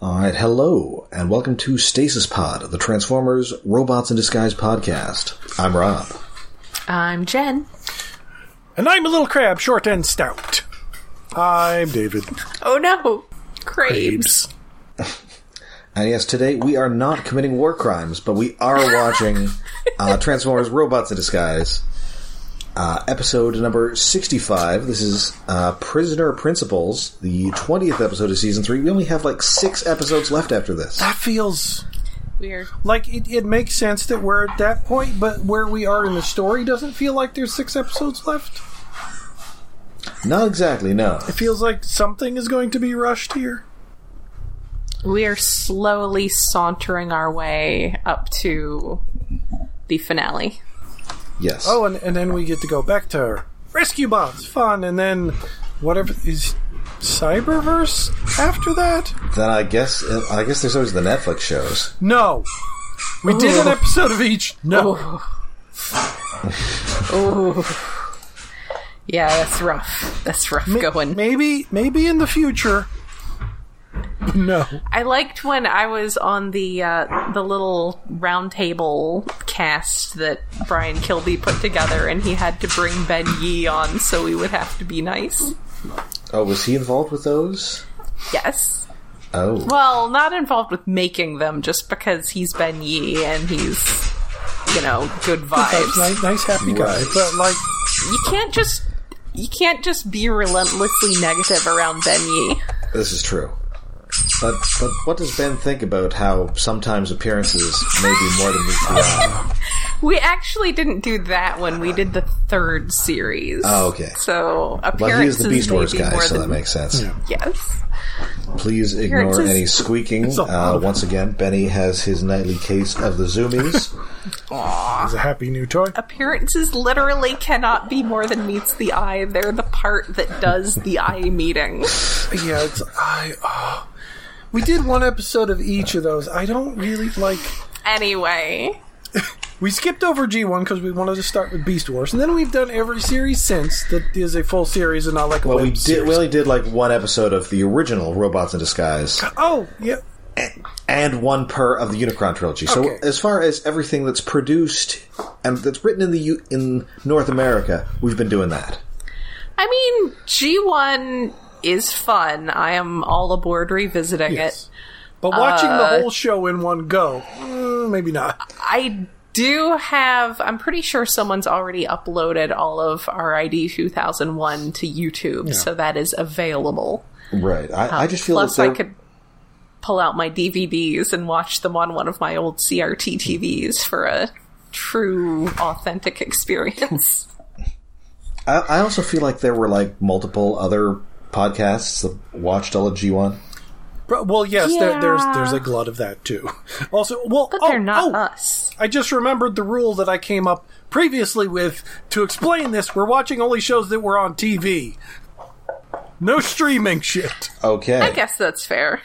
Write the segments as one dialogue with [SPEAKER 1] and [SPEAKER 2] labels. [SPEAKER 1] All right, hello, and welcome to Stasis Pod, the Transformers Robots in Disguise podcast. I'm Rob.
[SPEAKER 2] I'm Jen.
[SPEAKER 3] And I'm a little crab, short and stout. I'm David.
[SPEAKER 2] Oh no, Crabes.
[SPEAKER 1] And yes, today we are not committing war crimes, but we are watching uh, Transformers Robots in Disguise, uh, episode number 65. This is uh, Prisoner Principles, the 20th episode of season 3. We only have like six episodes left after this.
[SPEAKER 3] That feels
[SPEAKER 2] Weird.
[SPEAKER 3] like it, it makes sense that we're at that point, but where we are in the story doesn't feel like there's six episodes left.
[SPEAKER 1] Not exactly, no.
[SPEAKER 3] It feels like something is going to be rushed here.
[SPEAKER 2] We are slowly sauntering our way up to the finale.
[SPEAKER 1] Yes.
[SPEAKER 3] Oh, and, and then we get to go back to rescue bots, fun, and then whatever is Cyberverse after that?
[SPEAKER 1] Then I guess I guess there's always the Netflix shows.
[SPEAKER 3] No. We did an episode of each. No.
[SPEAKER 2] Yeah, that's rough. That's rough
[SPEAKER 3] Ma-
[SPEAKER 2] going.
[SPEAKER 3] Maybe maybe in the future. No.
[SPEAKER 2] I liked when I was on the uh, the little round table cast that Brian Kilby put together, and he had to bring Ben Yee on, so we would have to be nice.
[SPEAKER 1] Oh, was he involved with those?
[SPEAKER 2] Yes.
[SPEAKER 1] Oh,
[SPEAKER 2] Well, not involved with making them, just because he's Ben Yee and he's, you know, good vibes.
[SPEAKER 3] Nice, nice happy guy,
[SPEAKER 1] Right.
[SPEAKER 3] but like
[SPEAKER 2] You can't just you can't just be relentlessly negative around Ben Yee.
[SPEAKER 1] this is true. But but what does Ben think about how sometimes appearances may be more than meets the eye?
[SPEAKER 2] We actually didn't do that when we did the third series.
[SPEAKER 1] Oh, okay.
[SPEAKER 2] So
[SPEAKER 1] But he is
[SPEAKER 2] appearances
[SPEAKER 1] the Beast
[SPEAKER 2] may
[SPEAKER 1] Wars
[SPEAKER 2] be
[SPEAKER 1] guy,
[SPEAKER 2] more
[SPEAKER 1] so that
[SPEAKER 2] than-
[SPEAKER 1] makes sense.
[SPEAKER 2] yes.
[SPEAKER 1] Please ignore
[SPEAKER 2] Appearances-
[SPEAKER 1] any squeaking.
[SPEAKER 3] a lot
[SPEAKER 1] Uh,
[SPEAKER 3] of-
[SPEAKER 1] once again, Benny has his nightly case of the zoomies.
[SPEAKER 3] It's a happy new toy.
[SPEAKER 2] Appearances literally cannot be more than meets the eye. They're the part that does the eye meeting.
[SPEAKER 3] Yeah, it's I. Oh. We did one episode of each of those. I don't really like.
[SPEAKER 2] Anyway,
[SPEAKER 3] We skipped over G one because we wanted to start with Beast Wars, and then we've done every series since that is a full series and not like a
[SPEAKER 1] But
[SPEAKER 3] web
[SPEAKER 1] we did
[SPEAKER 3] series.
[SPEAKER 1] we only did like one episode of the original Robots in Disguise.
[SPEAKER 3] oh yeah,
[SPEAKER 1] and one per of the Unicron trilogy. So
[SPEAKER 3] Okay.
[SPEAKER 1] as far as everything that's produced and that's written in the U- in North America, we've been doing that.
[SPEAKER 2] I mean G1 is fun. I am all aboard revisiting it.
[SPEAKER 3] yes. But watching
[SPEAKER 2] Uh,
[SPEAKER 3] the whole show in one go, mm, maybe not.
[SPEAKER 2] I do have. I'm pretty sure someone's already uploaded all of RID 2001 to YouTube, so that is available.
[SPEAKER 1] Right. I, I just feel
[SPEAKER 2] Plus,
[SPEAKER 1] that
[SPEAKER 2] I
[SPEAKER 1] there-
[SPEAKER 2] could pull out my DVDs and watch them on one of my old CRT TVs for a true, authentic experience.
[SPEAKER 1] I, I also feel like there were like multiple other podcasts that watched all of G one.
[SPEAKER 3] But, well, yes, there, there's
[SPEAKER 2] Yeah.
[SPEAKER 3] there's a glut of that too. Also, well,
[SPEAKER 2] But
[SPEAKER 3] oh,
[SPEAKER 2] they're not
[SPEAKER 3] oh,
[SPEAKER 2] us.
[SPEAKER 3] I just remembered the rule that I came up previously with to explain this. We're watching only shows that were on TV. No streaming shit.
[SPEAKER 1] Okay.
[SPEAKER 2] I guess that's fair.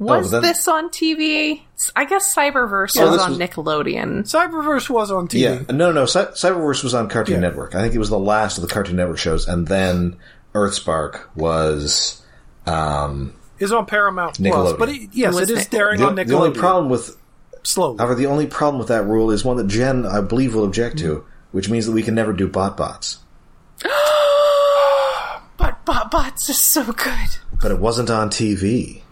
[SPEAKER 2] Was
[SPEAKER 1] Oh, then-
[SPEAKER 2] this on TV? I guess Cyberverse was
[SPEAKER 1] this
[SPEAKER 2] on
[SPEAKER 1] was-
[SPEAKER 2] Nickelodeon.
[SPEAKER 3] Cyberverse was on TV.
[SPEAKER 1] Yeah. No, no. Cy- Cyberverse was on Cartoon
[SPEAKER 3] Yeah.
[SPEAKER 1] Network. I think it was the last of the Cartoon Network shows, and then Earthspark was. Um,
[SPEAKER 3] It's on Paramount Plus.
[SPEAKER 1] Nickelodeon.
[SPEAKER 3] But it, yes,
[SPEAKER 2] Was
[SPEAKER 3] it is
[SPEAKER 2] Nic-
[SPEAKER 3] staring
[SPEAKER 1] the,
[SPEAKER 3] on Nickelodeon.
[SPEAKER 1] the only problem with
[SPEAKER 3] Slowly.
[SPEAKER 1] However, the only problem with that rule is one that Jen, I believe, will object to,
[SPEAKER 3] Mm-hmm.
[SPEAKER 1] which means that we can never do bot bots.
[SPEAKER 2] But Bot Bots is so good.
[SPEAKER 1] But it wasn't on TV.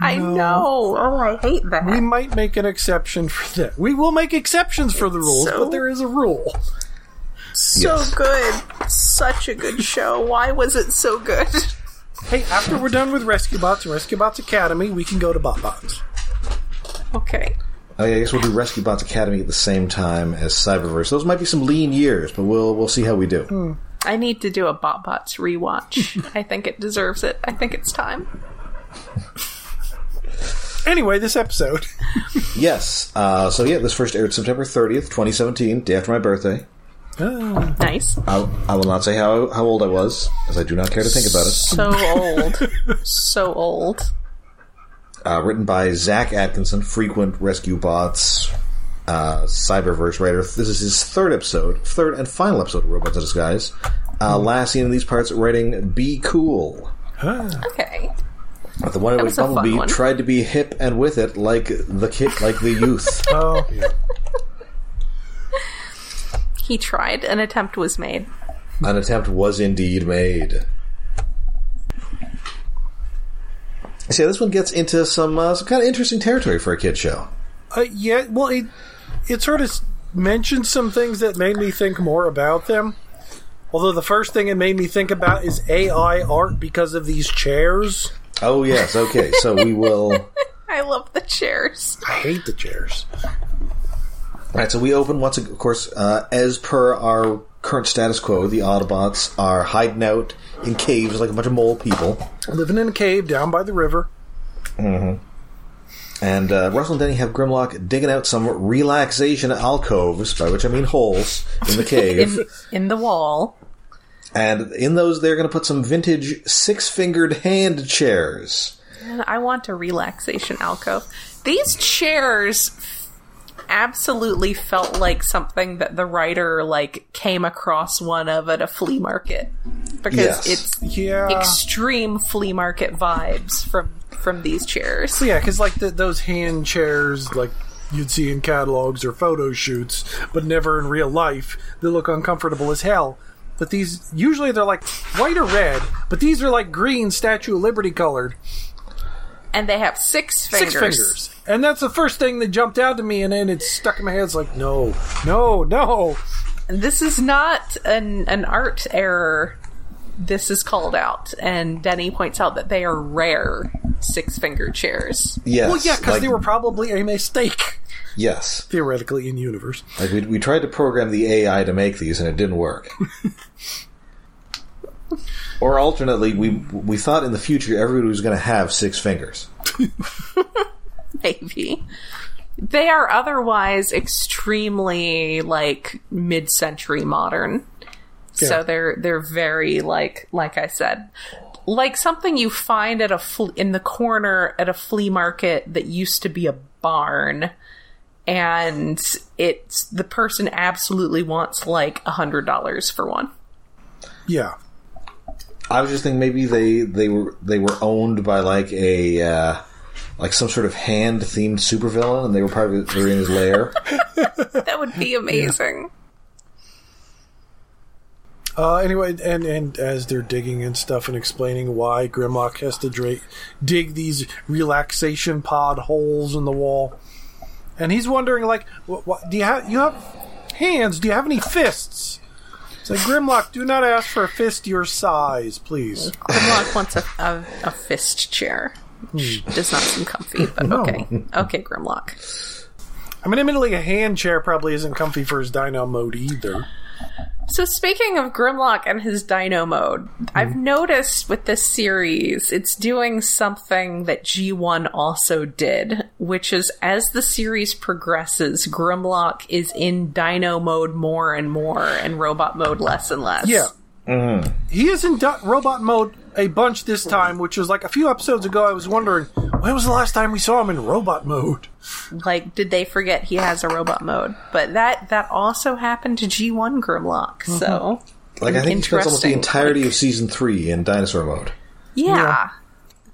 [SPEAKER 2] I know. Oh, I hate that.
[SPEAKER 3] we might make an exception for that. We will make exceptions for the rules,
[SPEAKER 2] so-
[SPEAKER 3] but there is a rule.
[SPEAKER 2] so
[SPEAKER 1] Yes.
[SPEAKER 2] good. Such a good show. Why was it so good?
[SPEAKER 3] Hey, after we're done with Rescue Bots and Rescue Bots Academy, we can go to Bot Bots.
[SPEAKER 2] Okay.
[SPEAKER 1] Oh, yeah, I guess we'll do Rescue Bots Academy at the same time as Cyberverse. Those might be some lean years, but we'll we'll see how we do.
[SPEAKER 2] I need to do a Bot Bots rewatch. I think it deserves it. I think it's time.
[SPEAKER 3] Anyway, this episode.
[SPEAKER 1] Yes. Uh, so yeah, this first aired September thirtieth, twenty seventeen, day after my birthday.
[SPEAKER 3] Oh,
[SPEAKER 2] Nice.
[SPEAKER 1] I, I will not say how how old I was, as I do not care to think about it.
[SPEAKER 2] So old. so old.
[SPEAKER 1] Uh, written by Zach Atkinson, frequent Rescue Bots uh, Cyberverse writer. This is his third episode, third and final episode of Robots in Disguise. Uh, last seen in these parts, writing "Be Cool."
[SPEAKER 2] Okay.
[SPEAKER 1] But the one in which
[SPEAKER 2] was a fun
[SPEAKER 1] Bumblebee
[SPEAKER 2] one.
[SPEAKER 1] tried to be hip and with it, like the kid, like the youth.
[SPEAKER 3] Oh, yeah.
[SPEAKER 2] He tried. An attempt was made.
[SPEAKER 1] An attempt was indeed made. See, this one gets into some uh, some kind of interesting territory for a kid show.
[SPEAKER 3] Uh, yeah, well, it it sort of s- mentioned some things that made me think more about them. Although the first thing it made me think about is AI art because of these chairs.
[SPEAKER 1] Oh yes, okay. So we will. All
[SPEAKER 2] I love the chairs.
[SPEAKER 3] I hate the chairs.
[SPEAKER 1] right, so we open once, ag- of course, uh, as per our current status quo. The Autobots are hiding out in caves like a bunch of mole people,
[SPEAKER 3] Living in a cave down by the river.
[SPEAKER 1] and uh, Russell and Denny have Grimlock digging out some relaxation alcoves, by which I mean holes in the cave.
[SPEAKER 2] In, in the wall.
[SPEAKER 1] And in those, they're going to put some vintage six fingered hand chairs.
[SPEAKER 2] And I want a relaxation alcove. These chairs absolutely felt like something that the writer like came across one of at a flea market because
[SPEAKER 1] Yes.
[SPEAKER 2] it's
[SPEAKER 3] Yeah.
[SPEAKER 2] extreme flea market vibes from from these chairs.
[SPEAKER 3] yeah, because like the, those hand chairs, like you'd see in catalogs or photo shoots, but never in real life. They look uncomfortable as hell. But these usually they're like white or red, but these are like green Statue of Liberty colored.
[SPEAKER 2] And they have six fingers.
[SPEAKER 3] six fingers. And that's the first thing that jumped out to me, and then it stuck in my head. It's like, no, no, no.
[SPEAKER 2] And this is not an an art error. This is called out, and Denny points out that they are rare six finger chairs.
[SPEAKER 1] Yes.
[SPEAKER 3] Well, yeah, because
[SPEAKER 1] like-
[SPEAKER 3] they were probably a mistake,
[SPEAKER 1] Yes.
[SPEAKER 3] theoretically, in universe.
[SPEAKER 1] Like we, we tried to program the AI to make these, and it didn't work. or alternately, we we thought in the future everybody was going to have six fingers.
[SPEAKER 2] Maybe. They are otherwise extremely like mid-century modern.
[SPEAKER 3] Yeah.
[SPEAKER 2] So they're they're very like like I said, like something you find at a fle- in the corner at a flea market that used to be a barn, and it's the person absolutely wants like a hundred dollars for one.
[SPEAKER 3] Yeah.
[SPEAKER 1] I was just thinking maybe they they were they were owned by like a uh, like some sort of hand themed supervillain, and they were probably they were in his lair.
[SPEAKER 2] That would be amazing.
[SPEAKER 3] Uh, anyway, and, and as they're digging and stuff and explaining why Grimlock has to dra- dig these relaxation pod holes in the wall, and he's wondering, like, wh- wh- do you have you have hands? Do you have any fists? It's like Grimlock, do not ask for a fist your size, please.
[SPEAKER 2] Grimlock wants a, a, a fist chair. Which does not seem comfy, but okay. Okay, Grimlock.
[SPEAKER 3] I mean, admittedly, a hand chair probably isn't comfy for his dino mode either.
[SPEAKER 2] So, speaking of Grimlock and his dino mode, I've noticed with this series, it's doing something that G1 also did, which is as the series progresses, Grimlock is in dino mode more and more and robot mode less and less.
[SPEAKER 3] Yeah. He is in du- robot mode a bunch this time, which was like a few episodes ago. I was wondering, when was the last time we saw him in robot mode?
[SPEAKER 2] Like, did they forget he has a robot mode? But that, that also happened to G1 Grimlock, so.
[SPEAKER 1] Like I think he spends almost the
[SPEAKER 2] Interesting,
[SPEAKER 1] entirety
[SPEAKER 2] like-
[SPEAKER 1] of season three in dinosaur mode.
[SPEAKER 2] yeah.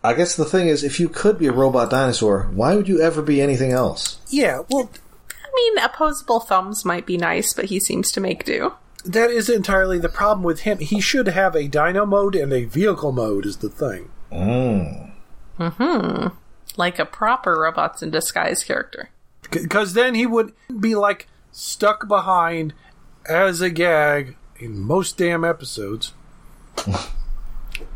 [SPEAKER 1] I guess the thing is, if you could be a robot dinosaur, why would you ever be anything else?
[SPEAKER 3] Yeah, well,
[SPEAKER 2] I mean, opposable thumbs might be nice, but he seems to make do.
[SPEAKER 3] that is entirely the problem with him. He should have a dino mode and a vehicle mode, is the thing.
[SPEAKER 1] Hmm,
[SPEAKER 2] Hmm. Like a proper robots in disguise character.
[SPEAKER 3] Because then he would be like stuck behind as a gag in most damn episodes.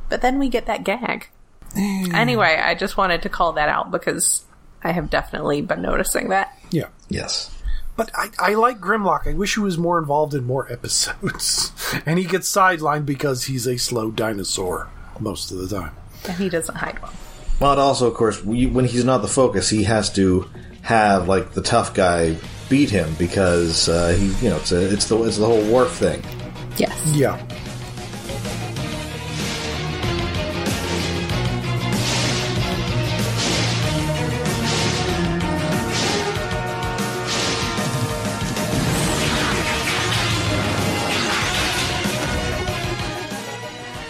[SPEAKER 2] But then we get that gag.
[SPEAKER 3] Hmm.
[SPEAKER 2] anyway, I just wanted to call that out because I have definitely been noticing that.
[SPEAKER 3] Yeah.
[SPEAKER 1] Yes.
[SPEAKER 3] But I, I like Grimlock. I wish he was more involved in more episodes. and he gets sidelined because he's a slow dinosaur most of the time.
[SPEAKER 2] And he doesn't hide well.
[SPEAKER 1] But also, of course, we- when he's not the focus, he has to have like the tough guy beat him because uh, he, you know, it's a, it's the it's the whole Worf thing.
[SPEAKER 2] Yes.
[SPEAKER 3] Yeah.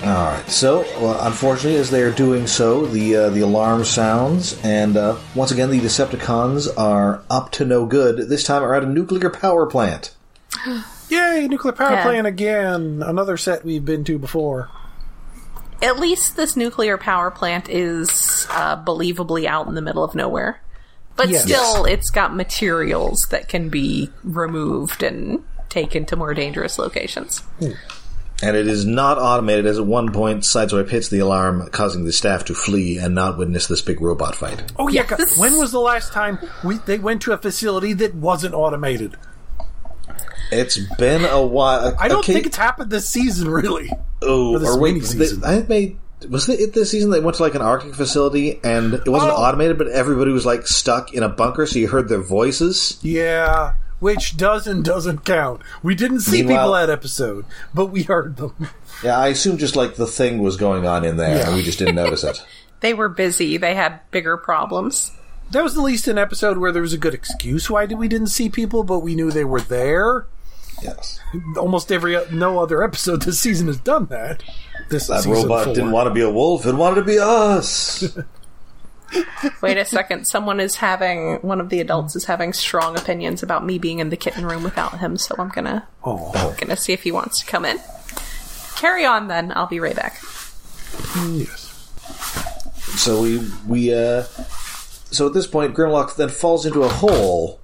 [SPEAKER 1] All right, So, uh, unfortunately, as they are doing so, the uh, the alarm sounds, and uh, once again, the Decepticons are up to no good. This time, around a nuclear power plant.
[SPEAKER 3] Yay, nuclear power
[SPEAKER 2] Yeah.
[SPEAKER 3] plant again. Another set we've been to before.
[SPEAKER 2] At least this nuclear power plant is uh, believably out in the middle of nowhere. But
[SPEAKER 3] Yes.
[SPEAKER 2] still, it's got materials that can be removed and taken to more dangerous locations.
[SPEAKER 1] And it is not automated, as at one point, Sideswipe hits the alarm, causing the staff to flee and not witness this big robot fight.
[SPEAKER 3] Oh yeah,
[SPEAKER 2] Yes.
[SPEAKER 3] God, when was the last time we they went to a facility that wasn't automated?
[SPEAKER 1] It's been a while.
[SPEAKER 3] I don't think it's happened this season, really.
[SPEAKER 1] Oh,
[SPEAKER 3] for this
[SPEAKER 1] or wait,
[SPEAKER 3] mini
[SPEAKER 1] they-
[SPEAKER 3] season.
[SPEAKER 1] I think they was it this season they went to like an Arctic facility and it wasn't
[SPEAKER 3] Oh.
[SPEAKER 1] automated, but everybody was like stuck in a bunker, so you heard their voices.
[SPEAKER 3] Yeah, which does and doesn't count. We didn't see people
[SPEAKER 1] Meanwhile-
[SPEAKER 3] that episode, but we heard them.
[SPEAKER 1] Yeah, I assume just like the thing was going on in there, and we just didn't notice it.
[SPEAKER 2] They were busy, they had bigger problems.
[SPEAKER 3] That was at least an episode where there was a good excuse why we didn't see people, but we knew they were there.
[SPEAKER 1] Yes,
[SPEAKER 3] Almost every no other episode this season has done that. This
[SPEAKER 1] that
[SPEAKER 3] season
[SPEAKER 1] robot
[SPEAKER 3] did
[SPEAKER 1] didn't want to be a wolf; it wanted to be us.
[SPEAKER 2] Wait a second, someone is having, one of the adults is having strong opinions about me being in the kitten room without him, so I'm gonna,
[SPEAKER 3] Oh
[SPEAKER 2] gonna see if he wants to come in. Carry on then, I'll be right back.
[SPEAKER 1] Oh.
[SPEAKER 3] yes,
[SPEAKER 1] so we we uh, so at this point, Grimlock then falls into a hole,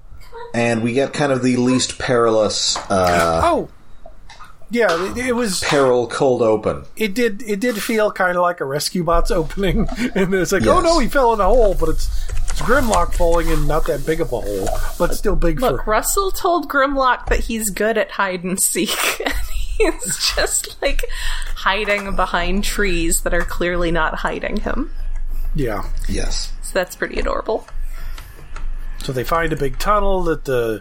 [SPEAKER 1] and we get kind of the least perilous uh,
[SPEAKER 3] oh yeah. It, it was
[SPEAKER 1] peril cold open.
[SPEAKER 3] it did it did feel kind of like a rescue bots opening, and it's like oh
[SPEAKER 1] Yes.
[SPEAKER 3] no, he fell in a hole, but it's. It's Grimlock falling in not that big of a hole, but still big for
[SPEAKER 2] Look, Russell told Grimlock that he's good at hide and seek. and he's just like hiding behind trees that are clearly not hiding him.
[SPEAKER 3] yeah.
[SPEAKER 1] Yes.
[SPEAKER 2] So that's pretty adorable.
[SPEAKER 3] So they find a big tunnel that the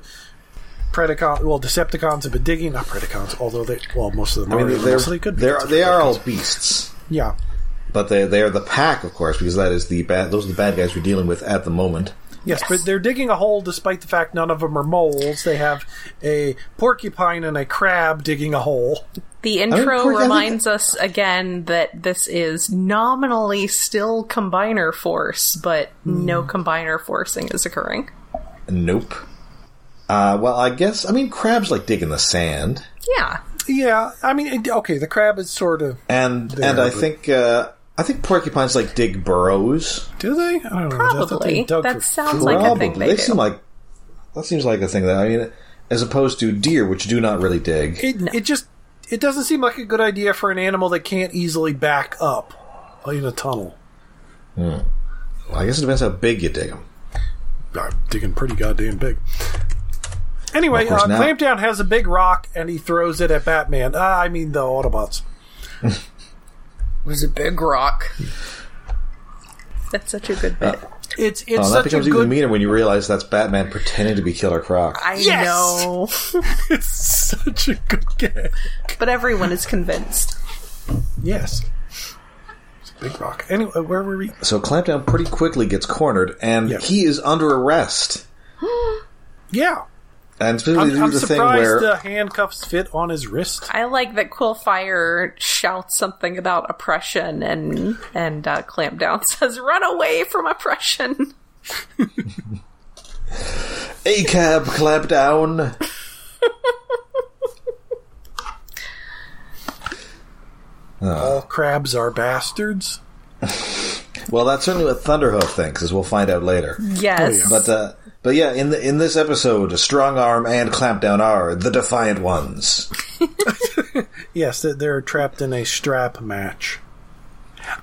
[SPEAKER 3] Predacon, well, Decepticons have been digging. Not Predacons, although they, well, most of them
[SPEAKER 1] I mean,
[SPEAKER 3] are.
[SPEAKER 1] they're,
[SPEAKER 3] so they could be
[SPEAKER 1] they're,
[SPEAKER 3] considered
[SPEAKER 1] they are
[SPEAKER 3] Predacons.
[SPEAKER 1] all beasts.
[SPEAKER 3] Yeah.
[SPEAKER 1] But they they are the pack, of course, because that is the bad. Those are the bad guys we're dealing with at the moment.
[SPEAKER 3] Yes, but they're digging a hole despite the fact none of them are moles. They have a porcupine and a crab digging a hole.
[SPEAKER 2] The intro
[SPEAKER 1] Porky, I think-
[SPEAKER 2] reminds us again that this is nominally still combiner force, but no
[SPEAKER 1] Hmm.
[SPEAKER 2] combiner forcing is occurring.
[SPEAKER 1] Nope. Uh, well, I guess I mean crabs like dig in the sand,
[SPEAKER 2] Yeah.
[SPEAKER 3] Yeah, I mean, it- okay, the crab is sort of.
[SPEAKER 1] and and I
[SPEAKER 3] but-
[SPEAKER 1] think uh, I think porcupines like dig burrows.
[SPEAKER 3] Do they? I don't know. I thought they
[SPEAKER 2] Probably.
[SPEAKER 3] dug
[SPEAKER 2] That
[SPEAKER 3] for
[SPEAKER 2] sounds
[SPEAKER 3] food.
[SPEAKER 2] like a thing
[SPEAKER 1] Probably.
[SPEAKER 2] they
[SPEAKER 1] they seem
[SPEAKER 2] do.
[SPEAKER 1] like that seems like a thing that I mean, as opposed to deer, which do not really dig.
[SPEAKER 3] It, it just. It doesn't seem like a good idea for an animal that can't easily back up in a tunnel.
[SPEAKER 1] Well, I guess it depends how big you dig them.
[SPEAKER 3] I'm digging pretty goddamn big. Anyway,
[SPEAKER 1] Well, of
[SPEAKER 3] uh,
[SPEAKER 1] course not.
[SPEAKER 3] Clampdown has a big rock and he throws it at Batman. Uh, I mean, the Autobots.
[SPEAKER 2] It was a big rock. That's such a
[SPEAKER 1] Uh,
[SPEAKER 2] good bit.
[SPEAKER 3] It's it's
[SPEAKER 1] Oh, that
[SPEAKER 3] such a
[SPEAKER 1] becomes even
[SPEAKER 3] good
[SPEAKER 1] meaner when you realize that's Batman pretending to be Killer Croc.
[SPEAKER 2] I
[SPEAKER 3] Yes!
[SPEAKER 2] know.
[SPEAKER 3] it's such a good game.
[SPEAKER 2] But everyone is convinced.
[SPEAKER 3] Yes, it's a big rock. Anyway, uh, where were we?
[SPEAKER 1] so Clampdown pretty quickly gets cornered, and
[SPEAKER 3] Yes.
[SPEAKER 1] he is under arrest.
[SPEAKER 3] Yeah,
[SPEAKER 1] And specifically,
[SPEAKER 3] I'm,
[SPEAKER 1] do
[SPEAKER 3] I'm
[SPEAKER 1] the thing
[SPEAKER 3] surprised uh,
[SPEAKER 1] where
[SPEAKER 3] the handcuffs fit on his wrist.
[SPEAKER 2] I like that Quillfire shouts something about oppression and and uh, Clampdown says, "Run away from oppression."
[SPEAKER 1] A cab clamped down.
[SPEAKER 3] All crabs are bastards.
[SPEAKER 1] Well, that's certainly a Thunderhoof thing, as we'll find out later.
[SPEAKER 2] Yes,
[SPEAKER 1] But uh, but yeah, in the, in this episode, Strong Arm and Clampdown are the defiant ones.
[SPEAKER 3] Yes, that they're trapped in a strap match.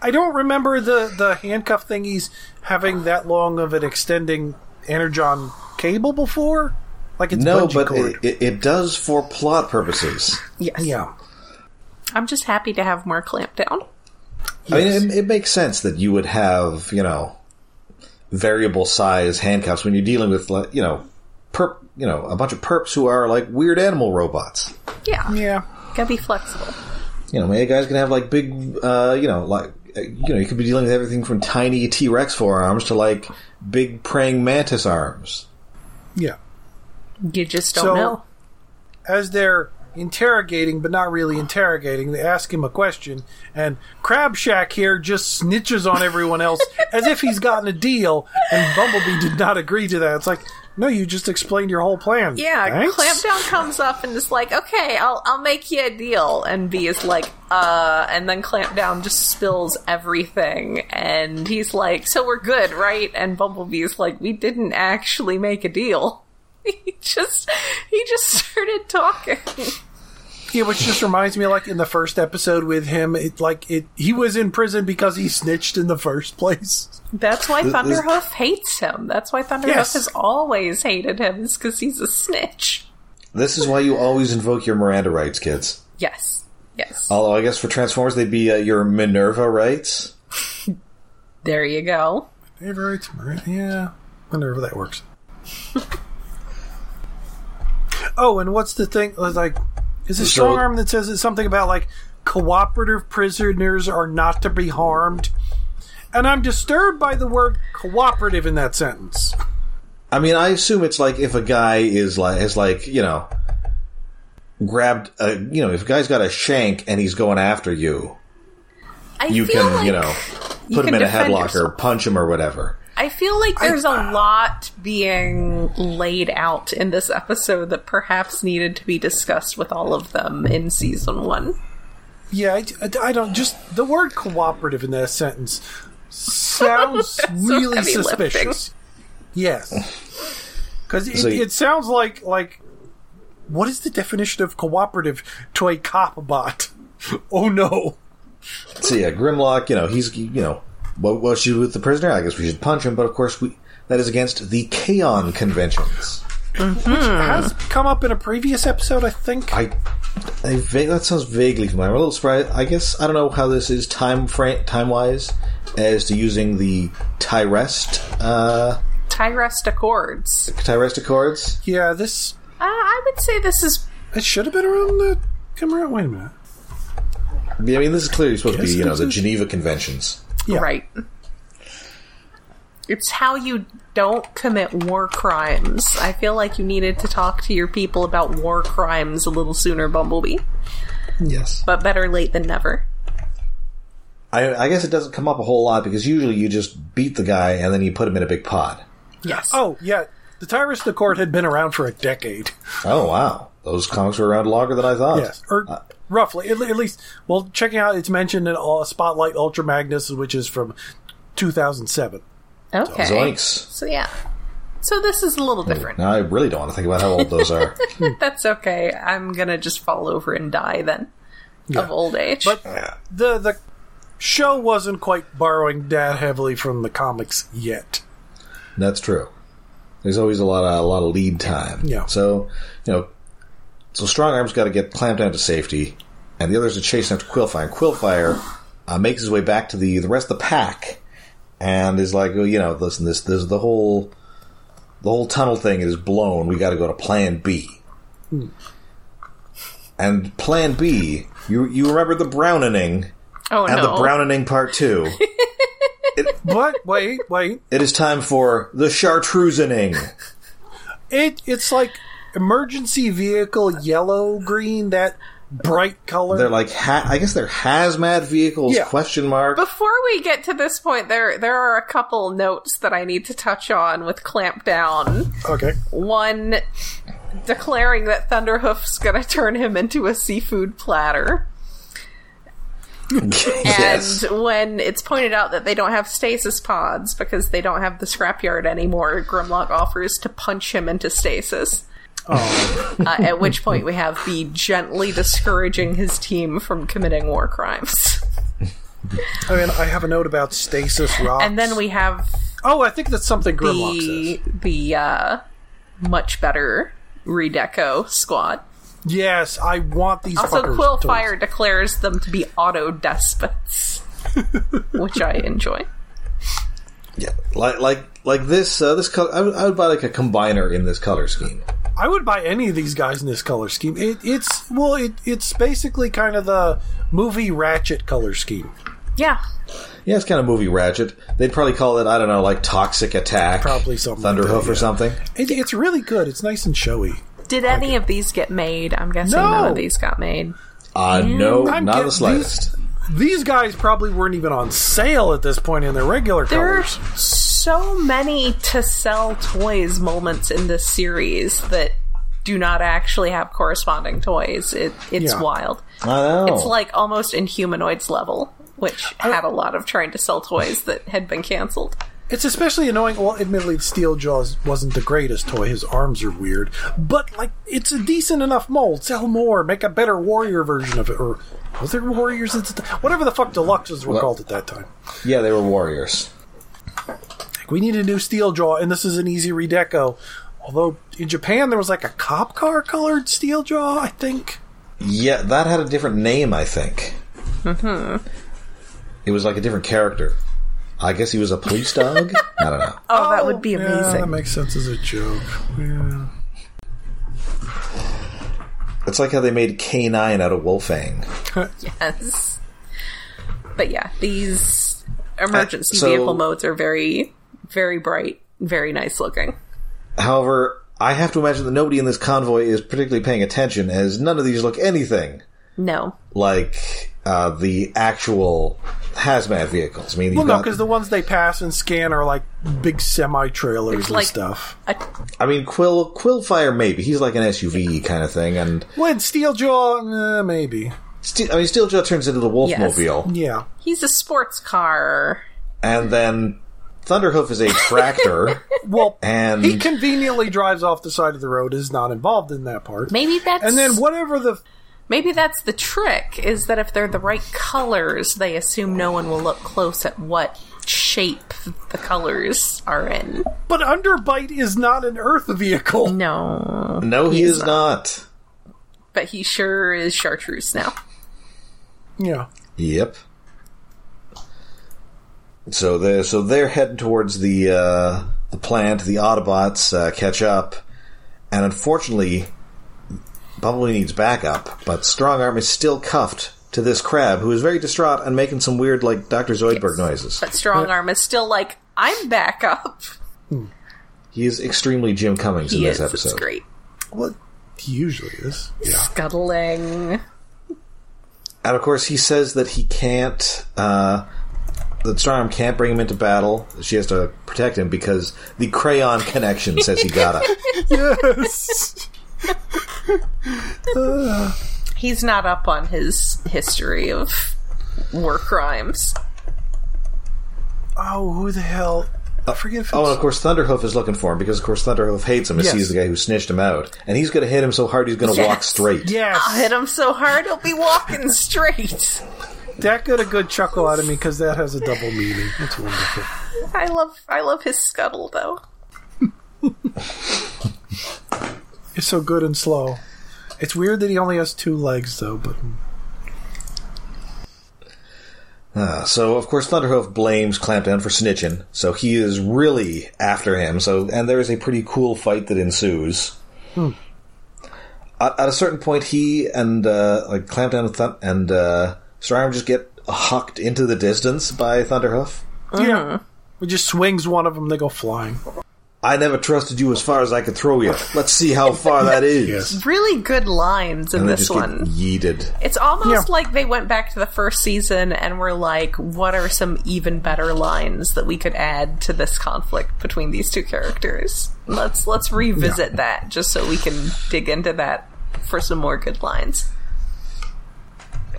[SPEAKER 3] I don't remember the, the handcuff thingies having that long of an extending energon cable before. Like it's
[SPEAKER 1] No,
[SPEAKER 3] bungee
[SPEAKER 1] but
[SPEAKER 3] cord.
[SPEAKER 1] it, it, it does for plot purposes.
[SPEAKER 2] yes.
[SPEAKER 3] yeah,
[SPEAKER 2] I'm just happy to have more Clampdown.
[SPEAKER 1] I mean, it, it makes sense that you would have you know variable size handcuffs when you're dealing with like, you know perp you know a bunch of perps who are like weird animal robots.
[SPEAKER 2] Yeah,
[SPEAKER 3] yeah.
[SPEAKER 2] gotta be flexible.
[SPEAKER 1] You know, maybe a guy's gonna have like big, uh, you know, like uh, you know, you could be dealing with everything from tiny T Rex forearms to like big praying mantis arms.
[SPEAKER 3] Yeah.
[SPEAKER 2] You just don't
[SPEAKER 3] So-
[SPEAKER 2] know.
[SPEAKER 3] As they're interrogating, but not really interrogating. They ask him a question, and Crabshack here just snitches on everyone else as if he's gotten a deal, and Bumblebee did not agree to that. It's like, no, you just explained your whole plan.
[SPEAKER 2] Yeah,
[SPEAKER 3] Thanks.
[SPEAKER 2] Clampdown comes up and is like, "Okay, I'll I'll make you a deal." And B is like, "Uh," and then Clampdown just spills everything, and he's like, "So we're good, right?" And Bumblebee is like, "We didn't actually make a deal." He just he just started talking.
[SPEAKER 3] Yeah, which just reminds me, like in the first episode with him, it like it he was in prison because he snitched in the first place.
[SPEAKER 2] That's why
[SPEAKER 1] Th- this-
[SPEAKER 2] Thunderhoof hates him. That's why Thunderhoof
[SPEAKER 3] Yes.
[SPEAKER 2] has always hated him. Is because he's a snitch.
[SPEAKER 1] This is why you always invoke your Miranda rights, kids.
[SPEAKER 2] Yes, yes.
[SPEAKER 1] Although I guess for Transformers they'd be uh, your Minerva rights.
[SPEAKER 2] There you go.
[SPEAKER 3] Favorite, yeah, wonder if that works. oh, and what's the thing? was Like, is a strong arm that says it's something about like cooperative prisoners are not to be harmed, and I'm disturbed by the word cooperative in that sentence.
[SPEAKER 1] I mean, I assume it's like if a guy is like has like you know grabbed a you know if a guy's got a shank and he's going after you,
[SPEAKER 2] I
[SPEAKER 1] you
[SPEAKER 2] feel
[SPEAKER 1] can you
[SPEAKER 2] like-
[SPEAKER 1] know put him
[SPEAKER 2] can
[SPEAKER 1] in a
[SPEAKER 2] defend
[SPEAKER 1] headlock or
[SPEAKER 2] yourself.
[SPEAKER 1] punch him or whatever.
[SPEAKER 2] I uh, feel like there's a lot being laid out in this episode that perhaps needed to be discussed with all of them in season one.
[SPEAKER 3] Yeah, I, I- I don't just the word cooperative in that sentence sounds really
[SPEAKER 2] heavy
[SPEAKER 3] suspicious. Yes, because it,
[SPEAKER 1] So you-
[SPEAKER 3] it sounds like like what is the definition of cooperative to a cop bot? Oh no,
[SPEAKER 1] So yeah, Grimlock, you know he's you know what was she with the prisoner? I guess we should punch him, but of course we that is against the Kaon conventions.
[SPEAKER 3] has come up in a previous episode, I think.
[SPEAKER 1] I, I va- that sounds vaguely familiar. I'm a little surprised. I guess I don't know how this is time frame time wise as to using the Tyrest uh,
[SPEAKER 2] Tyrest Accords.
[SPEAKER 1] Tyrest accords.
[SPEAKER 3] yeah, this
[SPEAKER 2] Uh, I would say this is.
[SPEAKER 3] it should have been around the come around. Wait a minute.
[SPEAKER 1] I mean, this is clearly supposed to be
[SPEAKER 3] Guess
[SPEAKER 1] you know
[SPEAKER 3] this
[SPEAKER 1] the
[SPEAKER 3] is-
[SPEAKER 1] Geneva Conventions.
[SPEAKER 3] Yeah.
[SPEAKER 2] Right. It's how you don't commit war crimes. I feel like you needed to talk to your people about war crimes a little sooner, Bumblebee.
[SPEAKER 1] Yes,
[SPEAKER 2] But better late than never.
[SPEAKER 1] I, I guess it doesn't come up a whole lot because usually you just beat the guy and then you put him in a big pod.
[SPEAKER 2] Yes.
[SPEAKER 3] Oh yeah, the Tyrus the Court had been around for a decade.
[SPEAKER 1] Oh wow, those comics were around longer than I thought.
[SPEAKER 3] Yes, Er, or roughly, at, le- at least. Well, checking out, it's mentioned in all, Spotlight Ultra Magnus, which is from 2007.
[SPEAKER 2] Okay.
[SPEAKER 1] Zoinks.
[SPEAKER 2] So yeah. So this is a little different.
[SPEAKER 1] Now I really don't want to think about how old those are.
[SPEAKER 2] That's okay. I'm gonna just fall over and die then of old age.
[SPEAKER 3] But the the show wasn't quite borrowing that heavily from the comics yet.
[SPEAKER 1] That's true. There's always a lot of a lot of lead time.
[SPEAKER 3] Yeah.
[SPEAKER 1] So you know, so strong arm's got to get clamped down to safety, and the others are chasing after Quillfire. And Quillfire uh, makes his way back to the the rest of the pack, and is like, oh, you know, listen, this this the whole the whole tunnel thing is blown. We got to go to Plan B. And Plan B, you you remember the Browning
[SPEAKER 2] oh
[SPEAKER 1] and
[SPEAKER 2] no.
[SPEAKER 1] the Browning Part Two.
[SPEAKER 3] But wait, wait,
[SPEAKER 1] it is time for the Chartreusening.
[SPEAKER 3] it it's like emergency vehicle yellow green that bright color.
[SPEAKER 1] They're like, ha- I guess they're hazmat vehicles?
[SPEAKER 3] Yeah.
[SPEAKER 1] Question mark.
[SPEAKER 2] Before we get to this point, there there are a couple notes that I need to touch on with Clampdown.
[SPEAKER 3] okay,
[SPEAKER 2] One declaring that Thunderhoof's gonna turn him into a seafood platter.
[SPEAKER 1] yes.
[SPEAKER 2] And when it's pointed out that they don't have stasis pods because they don't have the scrapyard anymore, Grimlock offers to punch him into stasis.
[SPEAKER 3] Oh.
[SPEAKER 2] Uh, at which point we have B gently discouraging his team from committing war crimes.
[SPEAKER 3] I mean, I have a note about stasis rocks,
[SPEAKER 2] And then we have
[SPEAKER 3] oh, I think that's something Grimlock says.
[SPEAKER 2] the the uh, much better redeco squad.
[SPEAKER 3] Yes, I want these.
[SPEAKER 2] Also,
[SPEAKER 3] fuckers toys.
[SPEAKER 2] Quillfire declares them to be auto despots, which I enjoy.
[SPEAKER 1] Yeah. Like like like this uh, this color. I would, I would buy like a combiner in this color scheme.
[SPEAKER 3] I would buy any of these guys in this color scheme. It, it's well, it, it's basically kind of the movie Ratchet color scheme,
[SPEAKER 2] Yeah,
[SPEAKER 1] Yeah, it's kind of movie ratchet. They'd probably call it I don't know like toxic attack,
[SPEAKER 3] Probably something like
[SPEAKER 1] Thunderhoof
[SPEAKER 3] that,
[SPEAKER 1] or
[SPEAKER 3] yeah.
[SPEAKER 1] something.
[SPEAKER 3] It, it's really good. It's nice and showy.
[SPEAKER 2] Did any of these get made? I'm guessing
[SPEAKER 3] No.
[SPEAKER 2] none of these got made.
[SPEAKER 1] Uh, no,
[SPEAKER 3] I'm
[SPEAKER 1] not
[SPEAKER 3] getting
[SPEAKER 1] the slightest.
[SPEAKER 3] These guys probably weren't even on sale at this point in their regular
[SPEAKER 2] There's
[SPEAKER 3] colors.
[SPEAKER 2] so many to sell toys moments in this series that do not actually have corresponding toys. It, it's
[SPEAKER 3] Yeah.
[SPEAKER 2] wild.
[SPEAKER 1] I know.
[SPEAKER 2] It's like almost in humanoids level, which had a lot of trying to sell toys that had been canceled.
[SPEAKER 3] It's especially annoying. Well, admittedly, Steeljaws wasn't the greatest toy. His arms are weird, but like it's a decent enough mold. Sell more, make a better warrior version of it, or was there warriors at the time? Whatever the fuck deluxes were
[SPEAKER 1] Well-
[SPEAKER 3] called at that time.
[SPEAKER 1] yeah, they were warriors.
[SPEAKER 3] Like, we need a new Steeljaw, and this is an easy redeco. Although in Japan there was like a cop car colored Steeljaw, I think.
[SPEAKER 1] Yeah, that had a different name, I think. It was like a different character. I guess he was a police dog? I don't know.
[SPEAKER 2] Oh, that would be
[SPEAKER 3] Yeah, that
[SPEAKER 2] amazing.
[SPEAKER 3] makes sense as a joke. Yeah.
[SPEAKER 1] It's like how they made K9 out of Wolfang.
[SPEAKER 2] yes. But yeah, these emergency
[SPEAKER 1] Uh, so-
[SPEAKER 2] vehicle modes are very, very bright, very nice looking.
[SPEAKER 1] However, I have to imagine that nobody in this convoy is particularly paying attention, as none of these look anything
[SPEAKER 2] No.
[SPEAKER 1] like uh, the actual hazmat vehicles. I mean,
[SPEAKER 3] Well,
[SPEAKER 1] you've
[SPEAKER 3] no,
[SPEAKER 1] got-
[SPEAKER 3] because the ones they pass and scan are like big semi trailers and
[SPEAKER 2] like-
[SPEAKER 3] stuff.
[SPEAKER 2] A,
[SPEAKER 1] I mean, Quill Quillfire maybe he's like an SUV kind of thing, and
[SPEAKER 3] When Steeljaw, eh, maybe.
[SPEAKER 1] Ste I mean, Steeljaw turns into the Wolfmobile,
[SPEAKER 3] Yeah.
[SPEAKER 2] he's a sports car.
[SPEAKER 1] and then Thunderhoof is a tractor.
[SPEAKER 3] Well,
[SPEAKER 1] And-
[SPEAKER 3] he conveniently drives off the side of the road, is not involved in that part.
[SPEAKER 2] Maybe that's
[SPEAKER 3] And then whatever the.
[SPEAKER 2] Maybe that's the trick is that if they're the right colors, they assume no one will look close at what shape the colors are in.
[SPEAKER 3] But Underbite is not an Earth vehicle.
[SPEAKER 2] No.
[SPEAKER 1] no, he
[SPEAKER 2] He's
[SPEAKER 1] is not.
[SPEAKER 2] But he sure is chartreuse now.
[SPEAKER 3] Yeah.
[SPEAKER 1] Yep. So they're so they're heading towards the uh, the plant. The Autobots uh, catch up, and unfortunately, probably needs backup. But Strongarm is still cuffed to this crab, who is very distraught and making some weird like Doctor Zoidberg noises.
[SPEAKER 2] But Strong Arm is still like, I'm back up.
[SPEAKER 1] He is extremely Jim Cummings in
[SPEAKER 2] He
[SPEAKER 1] this
[SPEAKER 2] is. It's
[SPEAKER 1] episode.
[SPEAKER 2] great.
[SPEAKER 3] Well, he usually is. Yeah.
[SPEAKER 2] Scuttling.
[SPEAKER 1] And of course, he says that he can't. Uh, that Strongarm can't bring him into battle. She has to protect him because the crayon connection says he got up.
[SPEAKER 3] yes.
[SPEAKER 2] He's not up on his history of war crimes.
[SPEAKER 3] Oh, who the hell? I forget if it's.
[SPEAKER 1] Oh, and of course, Thunderhoof is looking for him because, of course, Thunderhoof hates him and
[SPEAKER 3] Yes.
[SPEAKER 1] sees the guy who snitched him out, and he's going to hit him so hard he's going to
[SPEAKER 2] Yes.
[SPEAKER 1] walk straight.
[SPEAKER 3] yes.
[SPEAKER 2] I'll hit him so hard he'll be walking straight.
[SPEAKER 3] That got a good chuckle out of me because that has a double meaning. It's wonderful.
[SPEAKER 2] I love I love his scuttle though.
[SPEAKER 3] It's so good and slow. It's weird that he only has two legs, though, but.
[SPEAKER 1] Uh, so, of course, Thunderhoof blames Clampdown for snitching, so he is really after him. So, and there is a pretty cool fight that ensues.
[SPEAKER 2] Hmm.
[SPEAKER 1] At, at a certain point, he and uh, like Clampdown and, Thun- and uh, Stararm just get hucked into the distance by Thunderhoof.
[SPEAKER 2] Uh-huh.
[SPEAKER 3] Yeah. He just swings one of them, they go flying.
[SPEAKER 1] I never trusted you as far as I could throw you. Let's see how far that is.
[SPEAKER 3] Yes.
[SPEAKER 2] Really good lines in
[SPEAKER 1] And they
[SPEAKER 2] this
[SPEAKER 1] just
[SPEAKER 2] one.
[SPEAKER 1] get yeeted.
[SPEAKER 2] It's almost
[SPEAKER 3] Yeah.
[SPEAKER 2] like they went back to the first season and were like, what are some even better lines that we could add to this conflict between these two characters? Let's let's revisit that just so we can dig into that for some more good lines.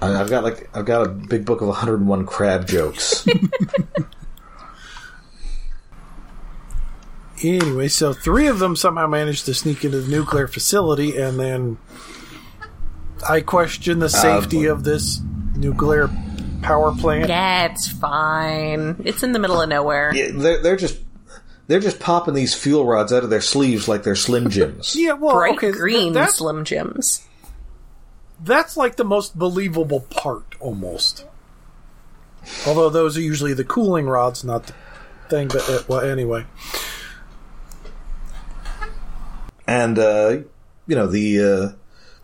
[SPEAKER 1] I- I've got like I've got a big book of 101 crab jokes.
[SPEAKER 3] Anyway, so three of them somehow managed to sneak into the nuclear facility, and then I question the safety of this nuclear power plant.
[SPEAKER 2] That's fine. It's in the middle of nowhere.
[SPEAKER 1] Yeah, they're they're just they're just popping these fuel rods out of their sleeves like they're slim jims.
[SPEAKER 3] Yeah, well,
[SPEAKER 2] Bright
[SPEAKER 3] okay,
[SPEAKER 2] green
[SPEAKER 3] that-
[SPEAKER 2] Slim Jims.
[SPEAKER 3] that's like the most believable part, almost. Although those are usually the cooling rods, not the thing. But uh, well, anyway,
[SPEAKER 1] And uh, you know the uh,